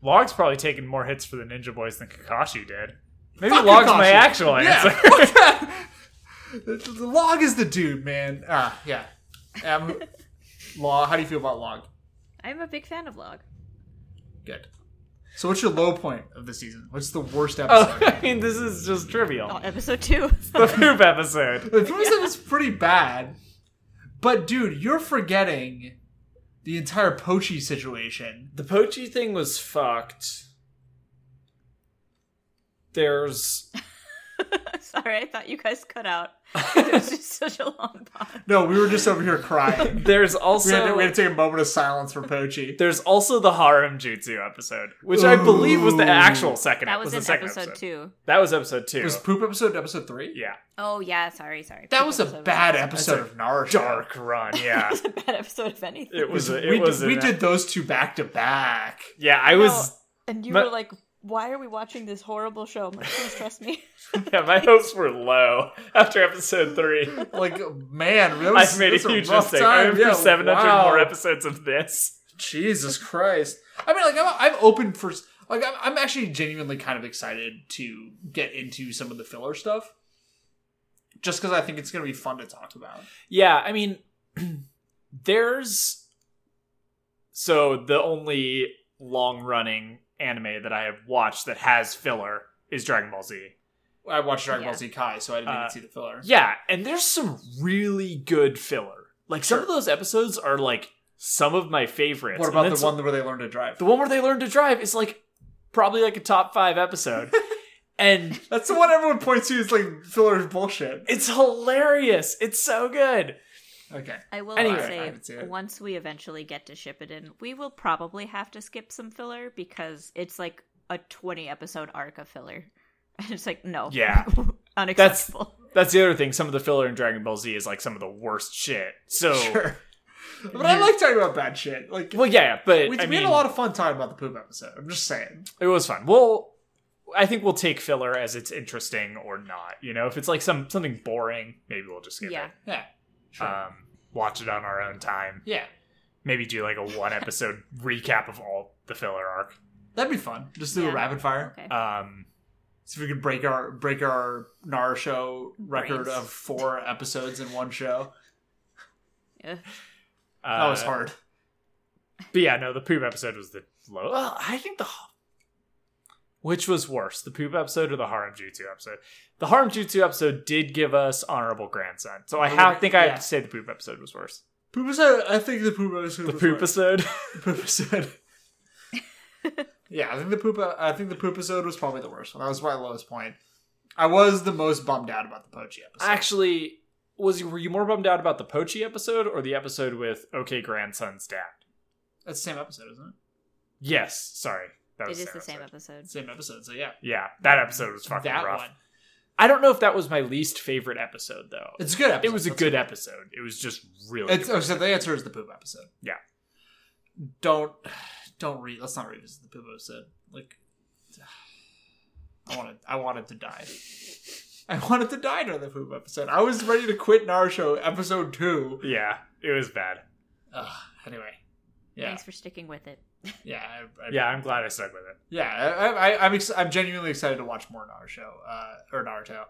[SPEAKER 2] Log's probably taken more hits for the Ninja Boys than Kakashi did. Maybe
[SPEAKER 1] Fuck
[SPEAKER 2] Log's
[SPEAKER 1] Kakashi.
[SPEAKER 2] my actual
[SPEAKER 1] Yeah.
[SPEAKER 2] answer.
[SPEAKER 1] What the- the, the Log is the dude, man. Ah, yeah. Um, Log. How do you feel about Log?
[SPEAKER 3] I'm a big fan of Log.
[SPEAKER 1] Good. So, what's your low point of the season? What's the worst
[SPEAKER 2] Oh,
[SPEAKER 1] episode?
[SPEAKER 2] I mean, this is just
[SPEAKER 3] Oh,
[SPEAKER 2] trivial.
[SPEAKER 3] episode two.
[SPEAKER 2] The poop episode.
[SPEAKER 1] The first episode's pretty bad, but dude, you're forgetting the entire Pochi situation.
[SPEAKER 2] The Pochi thing was fucked. There's
[SPEAKER 3] Sorry, I thought you guys cut out. It was just such a long pause.
[SPEAKER 1] No, we were just over here crying.
[SPEAKER 2] there's
[SPEAKER 1] we, had to, we
[SPEAKER 2] also
[SPEAKER 1] had to take a moment of silence for Pochi.
[SPEAKER 2] there's also the harem jutsu episode, which I believe was the
[SPEAKER 1] Ooh.
[SPEAKER 2] actual second.
[SPEAKER 3] That was,
[SPEAKER 2] the
[SPEAKER 3] in
[SPEAKER 2] second
[SPEAKER 3] episode, two.
[SPEAKER 2] That was episode two.
[SPEAKER 1] It was poop episode, episode three.
[SPEAKER 2] yeah,
[SPEAKER 3] Oh yeah, sorry, sorry.
[SPEAKER 1] That
[SPEAKER 3] Poop
[SPEAKER 1] was a
[SPEAKER 3] episode
[SPEAKER 1] bad
[SPEAKER 3] was-
[SPEAKER 1] episode
[SPEAKER 2] That's
[SPEAKER 1] of Naruto.
[SPEAKER 2] dark run. Yeah,
[SPEAKER 3] It was a bad episode of anything.
[SPEAKER 2] it was. A,
[SPEAKER 1] we
[SPEAKER 2] it was.
[SPEAKER 1] we
[SPEAKER 2] an-
[SPEAKER 1] did those two back to back.
[SPEAKER 2] Yeah, I was.
[SPEAKER 3] and you
[SPEAKER 2] my-
[SPEAKER 3] were like, "Why are we watching this horrible show?" I'm like, Please trust me.
[SPEAKER 2] Yeah, my hopes were low after episode three.
[SPEAKER 1] Like man, that was,
[SPEAKER 2] I've made a
[SPEAKER 1] that's
[SPEAKER 2] huge
[SPEAKER 1] rough
[SPEAKER 2] mistake.
[SPEAKER 1] Time.
[SPEAKER 2] I'm
[SPEAKER 1] Yeah,
[SPEAKER 2] for 700
[SPEAKER 1] wow.
[SPEAKER 2] more episodes of this.
[SPEAKER 1] Jesus Christ! I mean, like I'm, I'm open for like I'm, I'm actually genuinely kind of excited to get into some of the filler stuff, just because I think it's going to be fun to talk about.
[SPEAKER 2] Yeah, I mean, there's so the only long-running anime that I have watched that has filler is Dragon Ball Z.
[SPEAKER 1] I watched Dragon Ball
[SPEAKER 3] Yeah.
[SPEAKER 1] Z Kai, so I didn't
[SPEAKER 2] Uh,
[SPEAKER 1] even see the filler.
[SPEAKER 2] Yeah, and there's some really good filler. Like some
[SPEAKER 1] Sure.
[SPEAKER 2] of those episodes are like some of my favorites.
[SPEAKER 1] what
[SPEAKER 2] And
[SPEAKER 1] about
[SPEAKER 2] then
[SPEAKER 1] the
[SPEAKER 2] some-
[SPEAKER 1] one where they learn to drive?
[SPEAKER 2] The one where they learn to drive is like probably like a top five episode, and
[SPEAKER 1] That's the one everyone points to. It's like filler is bullshit.
[SPEAKER 2] it's hilarious. It's so good.
[SPEAKER 1] Okay,
[SPEAKER 3] I will
[SPEAKER 2] Anyway,
[SPEAKER 1] I haven't seen
[SPEAKER 3] say,
[SPEAKER 1] it.
[SPEAKER 3] once we eventually get to ship it in, we will probably have to skip some filler because it's like a 20 episode arc of filler. And it's like, no.
[SPEAKER 2] Yeah.
[SPEAKER 3] Unacceptable.
[SPEAKER 2] That's the other thing. Some of the filler in Dragon Ball Z is like some of the worst shit. So,
[SPEAKER 1] sure. But I
[SPEAKER 2] You-
[SPEAKER 1] like talking about bad shit. Like
[SPEAKER 2] well, yeah, but
[SPEAKER 1] we,
[SPEAKER 2] I
[SPEAKER 1] we
[SPEAKER 2] mean,
[SPEAKER 1] had a lot of fun talking about the poop episode. I'm just saying.
[SPEAKER 2] it was fun. Well, I think we'll take filler as it's interesting or not. You know, if it's like some something boring, maybe we'll just skip
[SPEAKER 3] Yeah.
[SPEAKER 1] Yeah,
[SPEAKER 2] it. Um, watch it on our own time.
[SPEAKER 1] Uh, yeah,
[SPEAKER 2] Maybe do like a one episode recap of all the filler arc.
[SPEAKER 1] that'd be fun. Just do
[SPEAKER 3] Yeah.
[SPEAKER 1] a rapid fire.
[SPEAKER 3] Okay.
[SPEAKER 2] Um,
[SPEAKER 1] See if we could break our break our Nar show record
[SPEAKER 3] Brains.
[SPEAKER 1] of four episodes in one show.
[SPEAKER 3] Ugh.
[SPEAKER 2] uh,
[SPEAKER 1] That was hard.
[SPEAKER 2] But yeah, no, the poop episode was the low. Well, I think the which was worse, the poop episode or the harem jutsu episode? The harem jutsu episode did give us honorable grandson, so I have think I
[SPEAKER 1] Oh, Yeah.
[SPEAKER 2] have to say the poop episode was worse.
[SPEAKER 1] Poop episode. I think the poop episode.
[SPEAKER 2] The
[SPEAKER 1] was
[SPEAKER 2] poop
[SPEAKER 1] right.
[SPEAKER 2] episode,
[SPEAKER 1] poop episode. yeah, I think the poop. I think the poop episode was probably the worst one. That was my lowest point. I was the most bummed out about the Pochi episode.
[SPEAKER 2] actually, was you were you more bummed out about the Pochi episode or the episode with OK Grandson's dad?
[SPEAKER 1] That's the same episode, isn't
[SPEAKER 2] Yes, sorry, that
[SPEAKER 3] It
[SPEAKER 2] was
[SPEAKER 3] is the same episode.
[SPEAKER 1] it? Same episode. So yeah,
[SPEAKER 2] Yeah, that episode was fucking
[SPEAKER 1] that
[SPEAKER 2] rough.
[SPEAKER 1] one.
[SPEAKER 2] I don't know if that was my least favorite episode though.
[SPEAKER 1] It's a good. episode.
[SPEAKER 2] it was a
[SPEAKER 1] That's
[SPEAKER 2] good episode. It was just really.
[SPEAKER 1] It's, oh, so the answer is the poop episode.
[SPEAKER 2] Yeah.
[SPEAKER 1] Don't don't read. Let's not revisit the poop episode. Like, I wanted I wanted to die. I wanted to die during the poop episode. I was ready to quit Naruto episode two.
[SPEAKER 2] Yeah, it was bad.
[SPEAKER 1] Ugh, anyway, yeah,
[SPEAKER 3] Thanks for sticking with it.
[SPEAKER 1] yeah, I, I,
[SPEAKER 2] Yeah, I'm glad I stuck with it.
[SPEAKER 1] yeah. I, I, I'm ex- I'm genuinely excited to watch more Naruto uh, or Naruto.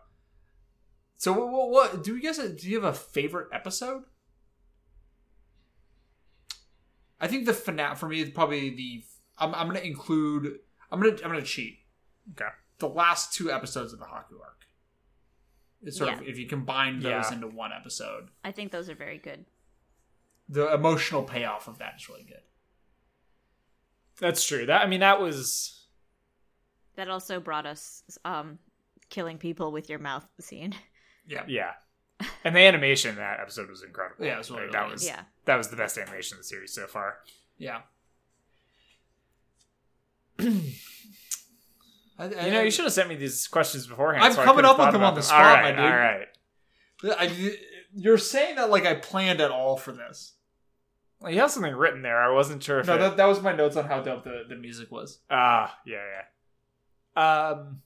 [SPEAKER 1] So what, what, what do you guys do? You have a favorite episode? I think the finale for me is probably the. I'm, I'm gonna include. I'm gonna I'm gonna cheat.
[SPEAKER 2] Okay.
[SPEAKER 1] The last two episodes of the Haku arc. It's sort of if you combine those
[SPEAKER 2] Yeah.
[SPEAKER 1] into one episode,
[SPEAKER 3] I think those are very good.
[SPEAKER 1] the emotional payoff of that is really good.
[SPEAKER 2] That's true. That I mean, that was
[SPEAKER 3] That also brought us um killing people with your mouth scene.
[SPEAKER 1] Yeah.
[SPEAKER 2] yeah. And the animation in that episode was incredible.
[SPEAKER 1] Yeah, it was really
[SPEAKER 2] that
[SPEAKER 1] nice.
[SPEAKER 2] was
[SPEAKER 3] Yeah.
[SPEAKER 2] that was the best animation in the series so far.
[SPEAKER 1] Yeah. I, I-
[SPEAKER 2] You know, you should have sent me these questions beforehand.
[SPEAKER 1] I'm
[SPEAKER 2] so I
[SPEAKER 1] coming
[SPEAKER 2] could've
[SPEAKER 1] up with
[SPEAKER 2] thought
[SPEAKER 1] them
[SPEAKER 2] about
[SPEAKER 1] on the spot, my
[SPEAKER 2] All right,
[SPEAKER 1] dude.
[SPEAKER 2] all right.
[SPEAKER 1] I- you're saying that like I planned at all for this.
[SPEAKER 2] Well, you have something written there. I wasn't sure if
[SPEAKER 1] No,
[SPEAKER 2] it-
[SPEAKER 1] that, that was my notes on how dope the, the music was.
[SPEAKER 2] Ah, yeah, yeah. Um,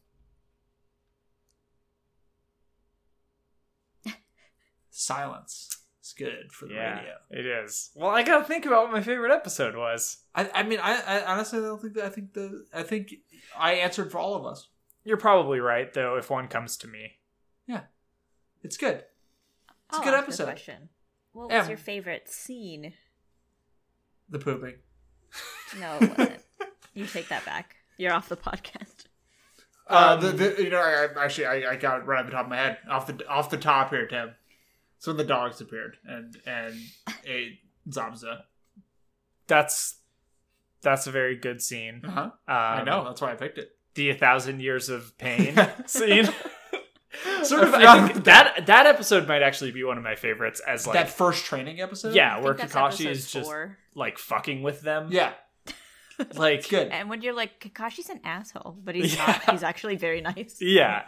[SPEAKER 1] Silence. It's good for the
[SPEAKER 2] yeah,
[SPEAKER 1] radio.
[SPEAKER 2] it is. Well, I gotta think about what my favorite episode was.
[SPEAKER 1] I, I mean, I, I honestly don't think that. I think the I think I answered for all of us.
[SPEAKER 2] You're probably right, though. If one comes to me,
[SPEAKER 1] It's good. It's a
[SPEAKER 3] I'll
[SPEAKER 1] good
[SPEAKER 3] ask
[SPEAKER 1] episode.
[SPEAKER 3] question. What
[SPEAKER 1] Yeah.
[SPEAKER 3] favorite scene?
[SPEAKER 1] The pooping.
[SPEAKER 3] No, it wasn't. you take that back. You're off the podcast.
[SPEAKER 1] Uh,
[SPEAKER 2] Um,
[SPEAKER 1] the, the, you know, I, I actually I, I got it right off the top of my head, off the off the top here, Tim. It's when the dogs appeared and and ate Zamza.
[SPEAKER 2] that's that's a very good scene.
[SPEAKER 1] Uh-huh.
[SPEAKER 2] Um,
[SPEAKER 1] I know that's why I picked it.
[SPEAKER 2] the a thousand years of pain scene.
[SPEAKER 1] I
[SPEAKER 2] sort
[SPEAKER 1] forgot
[SPEAKER 2] of. I
[SPEAKER 1] about
[SPEAKER 2] think that that episode might actually be one of my favorites. As like,
[SPEAKER 1] that first training episode.
[SPEAKER 2] yeah,
[SPEAKER 3] I
[SPEAKER 2] where
[SPEAKER 3] think that's
[SPEAKER 2] Kakashi
[SPEAKER 3] episode
[SPEAKER 2] is just
[SPEAKER 3] four.
[SPEAKER 2] like fucking with them.
[SPEAKER 1] yeah,
[SPEAKER 2] like
[SPEAKER 1] it's good.
[SPEAKER 3] And when you're like, Kakashi's an asshole, but he's
[SPEAKER 2] Yeah.
[SPEAKER 3] not. He's actually very nice.
[SPEAKER 2] yeah,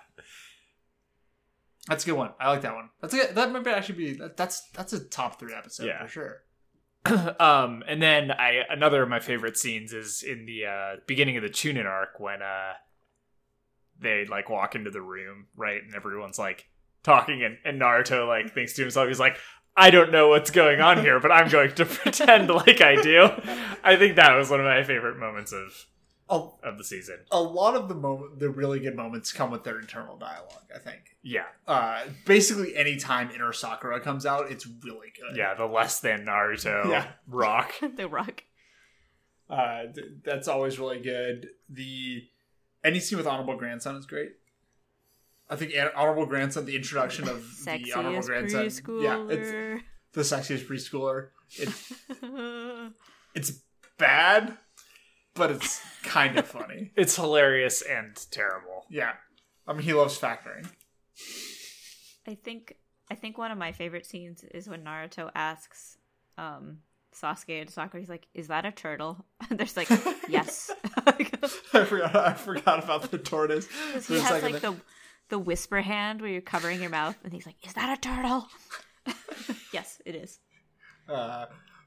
[SPEAKER 1] That's a good one. I like that one. That's a good, that might actually be that, that's that's a top three episode
[SPEAKER 2] Yeah.
[SPEAKER 1] for sure.
[SPEAKER 2] um, and then I another of my favorite scenes is in the uh, beginning of the Chunin arc when uh, they like walk into the room, right, and everyone's like talking, and, and Naruto like thinks to himself, he's like, "I don't know what's going on here, but I'm going to pretend like I do." I think that was one of my favorite moments of
[SPEAKER 1] A,
[SPEAKER 2] of the season.
[SPEAKER 1] a lot of the moment the really good moments come with their internal dialogue. I think.
[SPEAKER 2] Yeah,
[SPEAKER 1] Uh, basically, anytime Inner Sakura comes out, it's really good.
[SPEAKER 2] yeah, the less than Naruto
[SPEAKER 1] Yeah.
[SPEAKER 2] rock.
[SPEAKER 3] the Rock.
[SPEAKER 1] Uh, th- that's always really good. The any scene with honorable grandson is great. I think An- honorable grandson, the introduction of the honorable
[SPEAKER 3] Sexiest
[SPEAKER 1] grandson, yeah, it's
[SPEAKER 3] preschooler.
[SPEAKER 1] the sexiest preschooler. It's it's bad, but it's kind of funny.
[SPEAKER 2] It's hilarious and terrible.
[SPEAKER 1] Yeah, I mean he loves factoring.
[SPEAKER 3] I think I think one of my favorite scenes is when Naruto asks um Sasuke and Sakura, he's like, "Is that a turtle?" And there's like, "Yes." Because
[SPEAKER 1] I forgot I forgot about the tortoise. for
[SPEAKER 3] he
[SPEAKER 1] a
[SPEAKER 3] has
[SPEAKER 1] second
[SPEAKER 3] like
[SPEAKER 1] there.
[SPEAKER 3] the the whisper hand where you're covering your mouth, and he's like, "Is that a turtle?" yes, it is.
[SPEAKER 1] uh,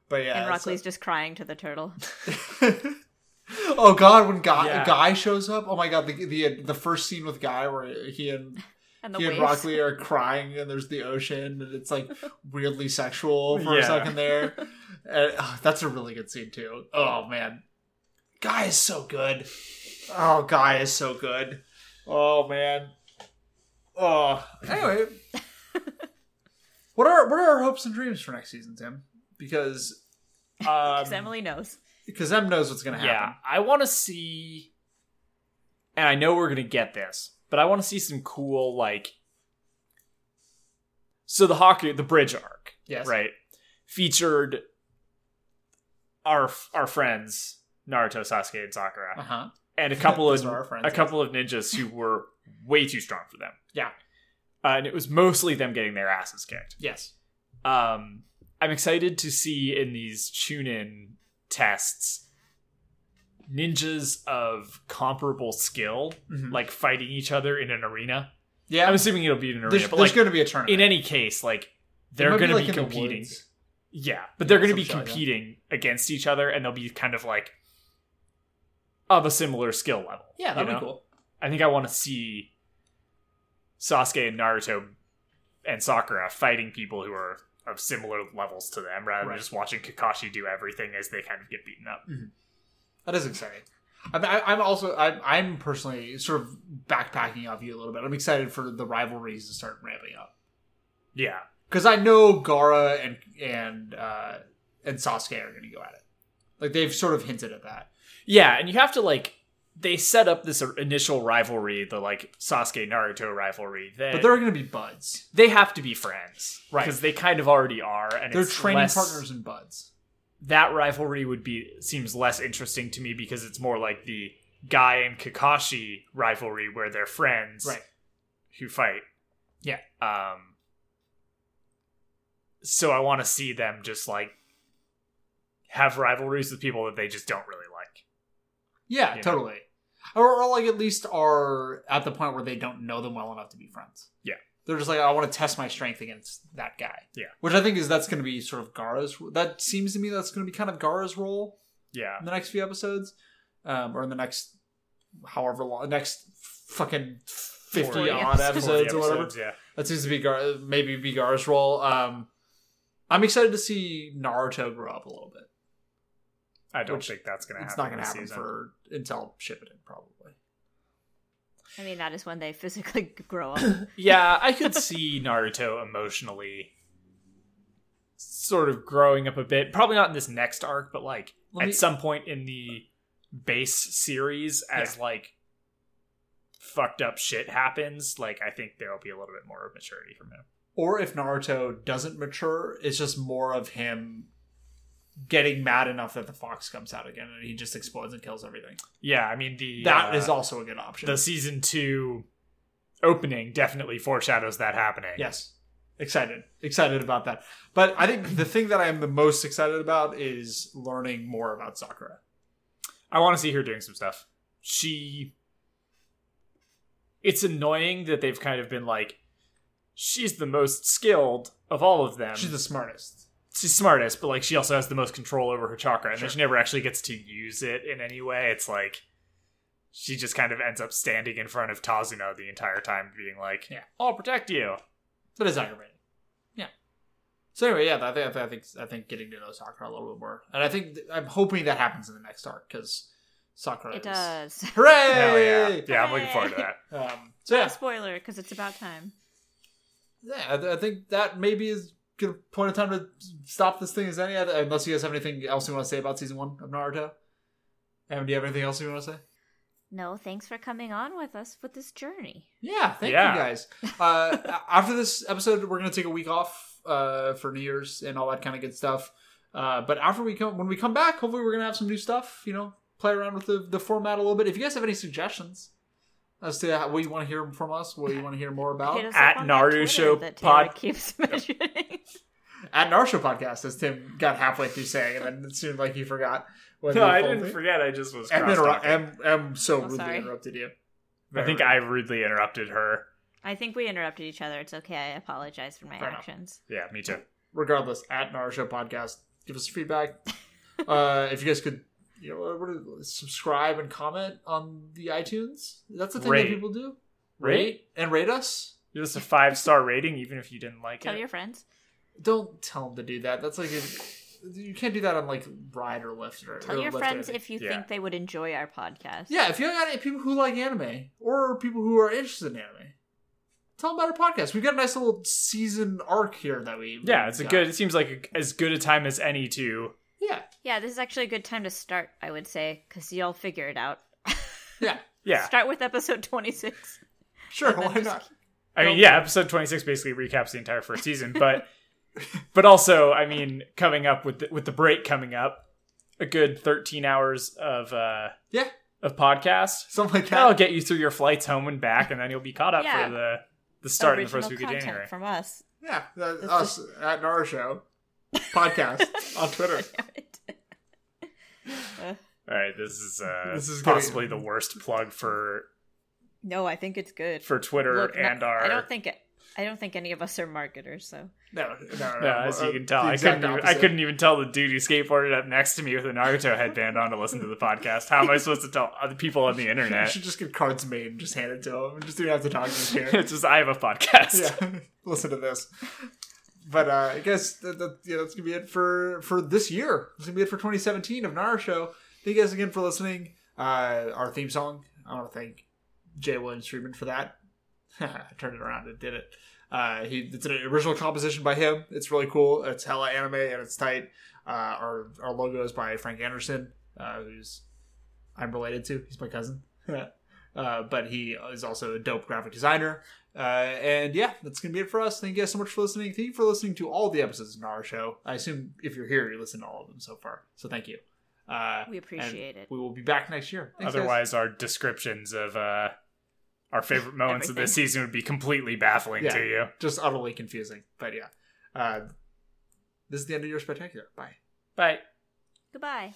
[SPEAKER 1] but yeah,
[SPEAKER 3] and
[SPEAKER 1] it's-
[SPEAKER 3] Rockley's just crying to the turtle.
[SPEAKER 1] oh god, when guy
[SPEAKER 2] Yeah.
[SPEAKER 1] guy shows up, oh my god, the the the first scene with guy where he and
[SPEAKER 3] And the
[SPEAKER 1] he
[SPEAKER 3] waves.
[SPEAKER 1] and Rockley are crying, and there's the ocean, and it's like weirdly sexual for a
[SPEAKER 2] Yeah.
[SPEAKER 1] second there. And, oh, that's a really good scene too. Oh man, guy is so good. Oh, guy is so good. Oh man. Oh, anyway, what are what are our hopes and dreams for next season, Tim? Because
[SPEAKER 2] Um,
[SPEAKER 3] 'Cause Emily knows.
[SPEAKER 1] because Em knows what's gonna happen.
[SPEAKER 2] Yeah, I want to see, and I know we're gonna get this, but I want to see some cool like. So the hockey, the bridge arc,
[SPEAKER 1] Yes.
[SPEAKER 2] right, featured our our friends Naruto, Sasuke, and Sakura,
[SPEAKER 1] Uh huh.
[SPEAKER 2] and a couple
[SPEAKER 1] Those
[SPEAKER 2] of
[SPEAKER 1] are our friends,
[SPEAKER 2] a
[SPEAKER 1] yes.
[SPEAKER 2] couple of ninjas who were way too strong for them.
[SPEAKER 1] Yeah.
[SPEAKER 2] Uh, and it was mostly them getting their asses kicked.
[SPEAKER 1] Yes.
[SPEAKER 2] Um, I'm excited to see in these tune-in tests ninjas of comparable skill,
[SPEAKER 1] Mhm.
[SPEAKER 2] like fighting each other in an arena.
[SPEAKER 1] Yeah.
[SPEAKER 2] I'm assuming it'll be in an arena,
[SPEAKER 1] there's
[SPEAKER 2] but
[SPEAKER 1] there's
[SPEAKER 2] like
[SPEAKER 1] going to be a tournament.
[SPEAKER 2] in any case, like
[SPEAKER 1] It
[SPEAKER 2] they're
[SPEAKER 1] might
[SPEAKER 2] going to be,
[SPEAKER 1] like, in the
[SPEAKER 2] competing.
[SPEAKER 1] woods.
[SPEAKER 2] Yeah, but they're
[SPEAKER 1] Yeah,
[SPEAKER 2] going to
[SPEAKER 1] some
[SPEAKER 2] be
[SPEAKER 1] shot, yeah.
[SPEAKER 2] competing against each other, and they'll be kind of like of a similar skill level.
[SPEAKER 1] Yeah, that'd
[SPEAKER 2] you
[SPEAKER 1] be
[SPEAKER 2] know?
[SPEAKER 1] cool.
[SPEAKER 2] I think I want to see Sasuke and Naruto and Sakura fighting people who are of similar levels to them, rather
[SPEAKER 1] Right. Mm.
[SPEAKER 2] than just watching Kakashi do everything as they kind of get beaten up.
[SPEAKER 1] That is exciting. I'm, I- I'm also I'm, I'm personally sort of backpacking off you a little bit. I'm excited for the rivalries to start ramping up
[SPEAKER 2] Yeah,
[SPEAKER 1] because I know Gara and and uh, and Sasuke are going to go at it. Like they've sort of hinted at that.
[SPEAKER 2] yeah, and you have to like they set up this initial rivalry, the like Sasuke Naruto rivalry. That
[SPEAKER 1] But they're going to be buds.
[SPEAKER 2] they have to be friends,
[SPEAKER 1] Right.
[SPEAKER 2] Because they kind of already are, and
[SPEAKER 1] They're
[SPEAKER 2] it's
[SPEAKER 1] training
[SPEAKER 2] less-
[SPEAKER 1] partners and buds.
[SPEAKER 2] That rivalry would be seems less interesting to me because it's more like the Guy and Kakashi rivalry where they're friends,
[SPEAKER 1] Right.
[SPEAKER 2] Who fight?
[SPEAKER 1] Yeah.
[SPEAKER 2] Um. So I want to see them just like have rivalries with people that they just don't really like.
[SPEAKER 1] Yeah,
[SPEAKER 2] You know.
[SPEAKER 1] totally. Or, or like at least are at the point where they don't know them well enough to be friends.
[SPEAKER 2] Yeah.
[SPEAKER 1] They're just like, I want to test my strength against that guy.
[SPEAKER 2] Yeah.
[SPEAKER 1] Which I think is that's going to be sort of Gara's. That seems to me that's going to be kind of Gara's role
[SPEAKER 2] Yeah.
[SPEAKER 1] in the next few episodes, um, or in the next however long, next fucking fifty
[SPEAKER 2] 40
[SPEAKER 1] odd
[SPEAKER 3] episodes.
[SPEAKER 1] episodes, or whatever.
[SPEAKER 2] episodes, Yeah.
[SPEAKER 1] That seems to be Gar- maybe be Gara's role. Um, I'm excited to see Naruto grow up a little bit.
[SPEAKER 2] I don't
[SPEAKER 1] Which-
[SPEAKER 2] think that's gonna happen.
[SPEAKER 1] it's not going to
[SPEAKER 2] this
[SPEAKER 1] happen
[SPEAKER 2] season.
[SPEAKER 1] for until Shippuden probably.
[SPEAKER 3] I mean, that is when they physically grow up.
[SPEAKER 2] yeah, I could see Naruto emotionally sort of growing up a bit. Probably not in this next arc, but like
[SPEAKER 1] Let
[SPEAKER 2] at
[SPEAKER 1] me-
[SPEAKER 2] some point in the base series as like fucked up shit happens, like I think there'll be a little bit more of maturity from him.
[SPEAKER 1] or if Naruto doesn't mature, it's just more of him getting mad enough that the fox comes out again and he just explodes and kills everything.
[SPEAKER 2] Yeah, I mean the
[SPEAKER 1] That
[SPEAKER 2] uh,
[SPEAKER 1] is also a good option.
[SPEAKER 2] the season 2 opening definitely foreshadows that happening.
[SPEAKER 1] yes. Excited. Excited about that. But I think the thing that I am the most excited about is learning more about Sakura.
[SPEAKER 2] I want to see her doing some stuff. She. It's annoying that they've kind of been like, she's the most skilled of all of them.
[SPEAKER 1] She's the smartest.
[SPEAKER 2] she's smartest, but like she also has the most control over her chakra, and
[SPEAKER 1] Sure.
[SPEAKER 2] then she never actually gets to use it in any way. It's like she just kind of ends up standing in front of Tazuna the entire time, being like,
[SPEAKER 1] Yeah.
[SPEAKER 2] "I'll protect you."
[SPEAKER 1] That is aggravating. Yeah. So anyway, yeah, I think I think I think getting to know Sakura a little bit more, and I think I'm hoping that happens in the next arc because Sakura
[SPEAKER 3] it
[SPEAKER 1] is
[SPEAKER 3] does.
[SPEAKER 1] hooray!
[SPEAKER 2] Hell yeah, yeah! I'm looking
[SPEAKER 3] Hey!
[SPEAKER 2] forward to that.
[SPEAKER 1] Um, so yeah,
[SPEAKER 3] Spoiler, because it's about time.
[SPEAKER 1] yeah, I, th- I think that maybe is good point of time to stop this thing as any. Other, unless you guys have anything else you want to say about season one of Naruto. Evan, do you have anything else you want to say?
[SPEAKER 3] No, thanks for coming on with us with this journey.
[SPEAKER 1] Yeah, thank
[SPEAKER 2] Yeah.
[SPEAKER 1] you guys. Uh, a- after this episode, we're gonna take a week off uh, for New Year's and all that kind of good stuff. Uh, but after we come, when we come back, hopefully we're gonna have some new stuff. You know, play around with the, the format a little bit. If you guys have any suggestions as to how- what you want to hear from us, what you want to hear more about,
[SPEAKER 3] Hit us
[SPEAKER 2] at
[SPEAKER 3] up on that
[SPEAKER 2] Naru
[SPEAKER 3] Twitter
[SPEAKER 2] Show
[SPEAKER 3] that Taylor
[SPEAKER 2] pod-
[SPEAKER 3] keeps mentioning.
[SPEAKER 1] at an our show podcast, as Tim got halfway through saying, and then it seemed like he forgot. When
[SPEAKER 2] No,
[SPEAKER 1] we
[SPEAKER 2] I
[SPEAKER 1] pulled
[SPEAKER 2] didn't
[SPEAKER 1] it.
[SPEAKER 2] forget. I just was.
[SPEAKER 1] Em, interu-
[SPEAKER 2] cross-talking.
[SPEAKER 1] Em, Em so
[SPEAKER 3] Oh,
[SPEAKER 1] rudely
[SPEAKER 3] sorry.
[SPEAKER 1] interrupted you.
[SPEAKER 2] I think I rudely interrupted her.
[SPEAKER 3] I think we interrupted each other. It's okay. I apologize for my
[SPEAKER 1] Fair enough.
[SPEAKER 3] actions.
[SPEAKER 2] Yeah, me too.
[SPEAKER 1] Regardless, at our show podcast, give us feedback. uh, if you guys could, you know, what- what is- subscribe and comment on the iTunes. That's the thing
[SPEAKER 2] Rate.
[SPEAKER 1] that people do.
[SPEAKER 2] Rate.
[SPEAKER 1] and rate us.
[SPEAKER 2] Give us a five star rating, even if you didn't like
[SPEAKER 3] Tell
[SPEAKER 2] it.
[SPEAKER 3] your friends.
[SPEAKER 1] Don't tell them to do that. That's like a, you can't do that on like ride or lift or
[SPEAKER 3] Tell
[SPEAKER 1] or
[SPEAKER 3] your
[SPEAKER 1] Lyft or
[SPEAKER 3] friends
[SPEAKER 1] anything.
[SPEAKER 3] if you
[SPEAKER 2] Yeah.
[SPEAKER 3] think they would enjoy our podcast.
[SPEAKER 1] Yeah, if you got any people who like anime or people who are interested in anime, tell them about our podcast. We've got a nice little season arc here that we.
[SPEAKER 2] yeah, it's a
[SPEAKER 1] got.
[SPEAKER 2] good. It seems like a, as good a time as any to.
[SPEAKER 1] Yeah,
[SPEAKER 3] Yeah, this is actually a good time to start, I would say, because you'll figure it out.
[SPEAKER 1] yeah,
[SPEAKER 2] Yeah,
[SPEAKER 3] Start with episode 26.
[SPEAKER 1] sure.
[SPEAKER 3] then
[SPEAKER 1] Why
[SPEAKER 3] just
[SPEAKER 1] not?
[SPEAKER 2] I mean, yeah, episode 26 basically recaps the entire first season, but but also, I mean, coming up with the, with the break coming up, a good 13 hours of uh
[SPEAKER 1] Yeah.
[SPEAKER 2] of podcast.
[SPEAKER 1] Something like
[SPEAKER 2] That'll
[SPEAKER 1] that.
[SPEAKER 2] get you through your flights home and back and then you'll be caught up
[SPEAKER 3] Yeah.
[SPEAKER 2] for the the start of the
[SPEAKER 3] Original
[SPEAKER 2] first week of
[SPEAKER 3] content
[SPEAKER 2] January.
[SPEAKER 3] from us.
[SPEAKER 1] Yeah, that, us at Nara Show podcast on Twitter.
[SPEAKER 2] All right, this is uh
[SPEAKER 1] This is gonna-
[SPEAKER 2] possibly the worst plug for
[SPEAKER 3] no, I think it's good.
[SPEAKER 2] for Twitter
[SPEAKER 3] Look, no-
[SPEAKER 2] and our
[SPEAKER 3] I don't think it. I don't think any of us are marketers, so
[SPEAKER 1] No, no, no. no,
[SPEAKER 2] Yeah, as
[SPEAKER 1] uh,
[SPEAKER 2] you can tell,
[SPEAKER 1] the
[SPEAKER 2] I
[SPEAKER 1] exact
[SPEAKER 2] couldn't, even, I
[SPEAKER 1] opposite.
[SPEAKER 2] couldn't even tell the dude who skateboarded up next to me with a Naruto headband on to listen to the podcast. How am I supposed to tell other people on the
[SPEAKER 1] You
[SPEAKER 2] internet?
[SPEAKER 1] should just get cards made and just hand it to him. Just don't have to talk to his parents.
[SPEAKER 2] it's just, I have a podcast.
[SPEAKER 1] yeah, listen to this. But uh, I guess that, that, yeah, that's gonna be it for for this year. That's gonna be it for 2017 of Nara Show. Thank you guys again for listening. Uh, our theme song. I want to thank Jay Williams Friedman for that. I turned it around and did it. Uh, he it's an original composition by him. It's really cool. It's hella anime and it's tight. Uh, our our logo is by Frank Anderson, uh, who's I'm related to. He's my cousin. uh, but he is also a dope graphic designer. Uh, and yeah, that's gonna be it for us. Thank you guys so much for listening. Thank you for listening to all the episodes of our show. I assume if you're here, you listen to all of them so far. So thank you. Uh,
[SPEAKER 3] we appreciate it.
[SPEAKER 1] we will be back next year. Thanks, guys.
[SPEAKER 2] Otherwise, our descriptions of uh, our favorite moments of this
[SPEAKER 3] Everything.
[SPEAKER 2] season would be completely baffling
[SPEAKER 1] Yeah.
[SPEAKER 2] to you.
[SPEAKER 1] just utterly confusing. But yeah, uh, this is the end of your spectacular. Bye.
[SPEAKER 2] Bye.
[SPEAKER 3] Goodbye.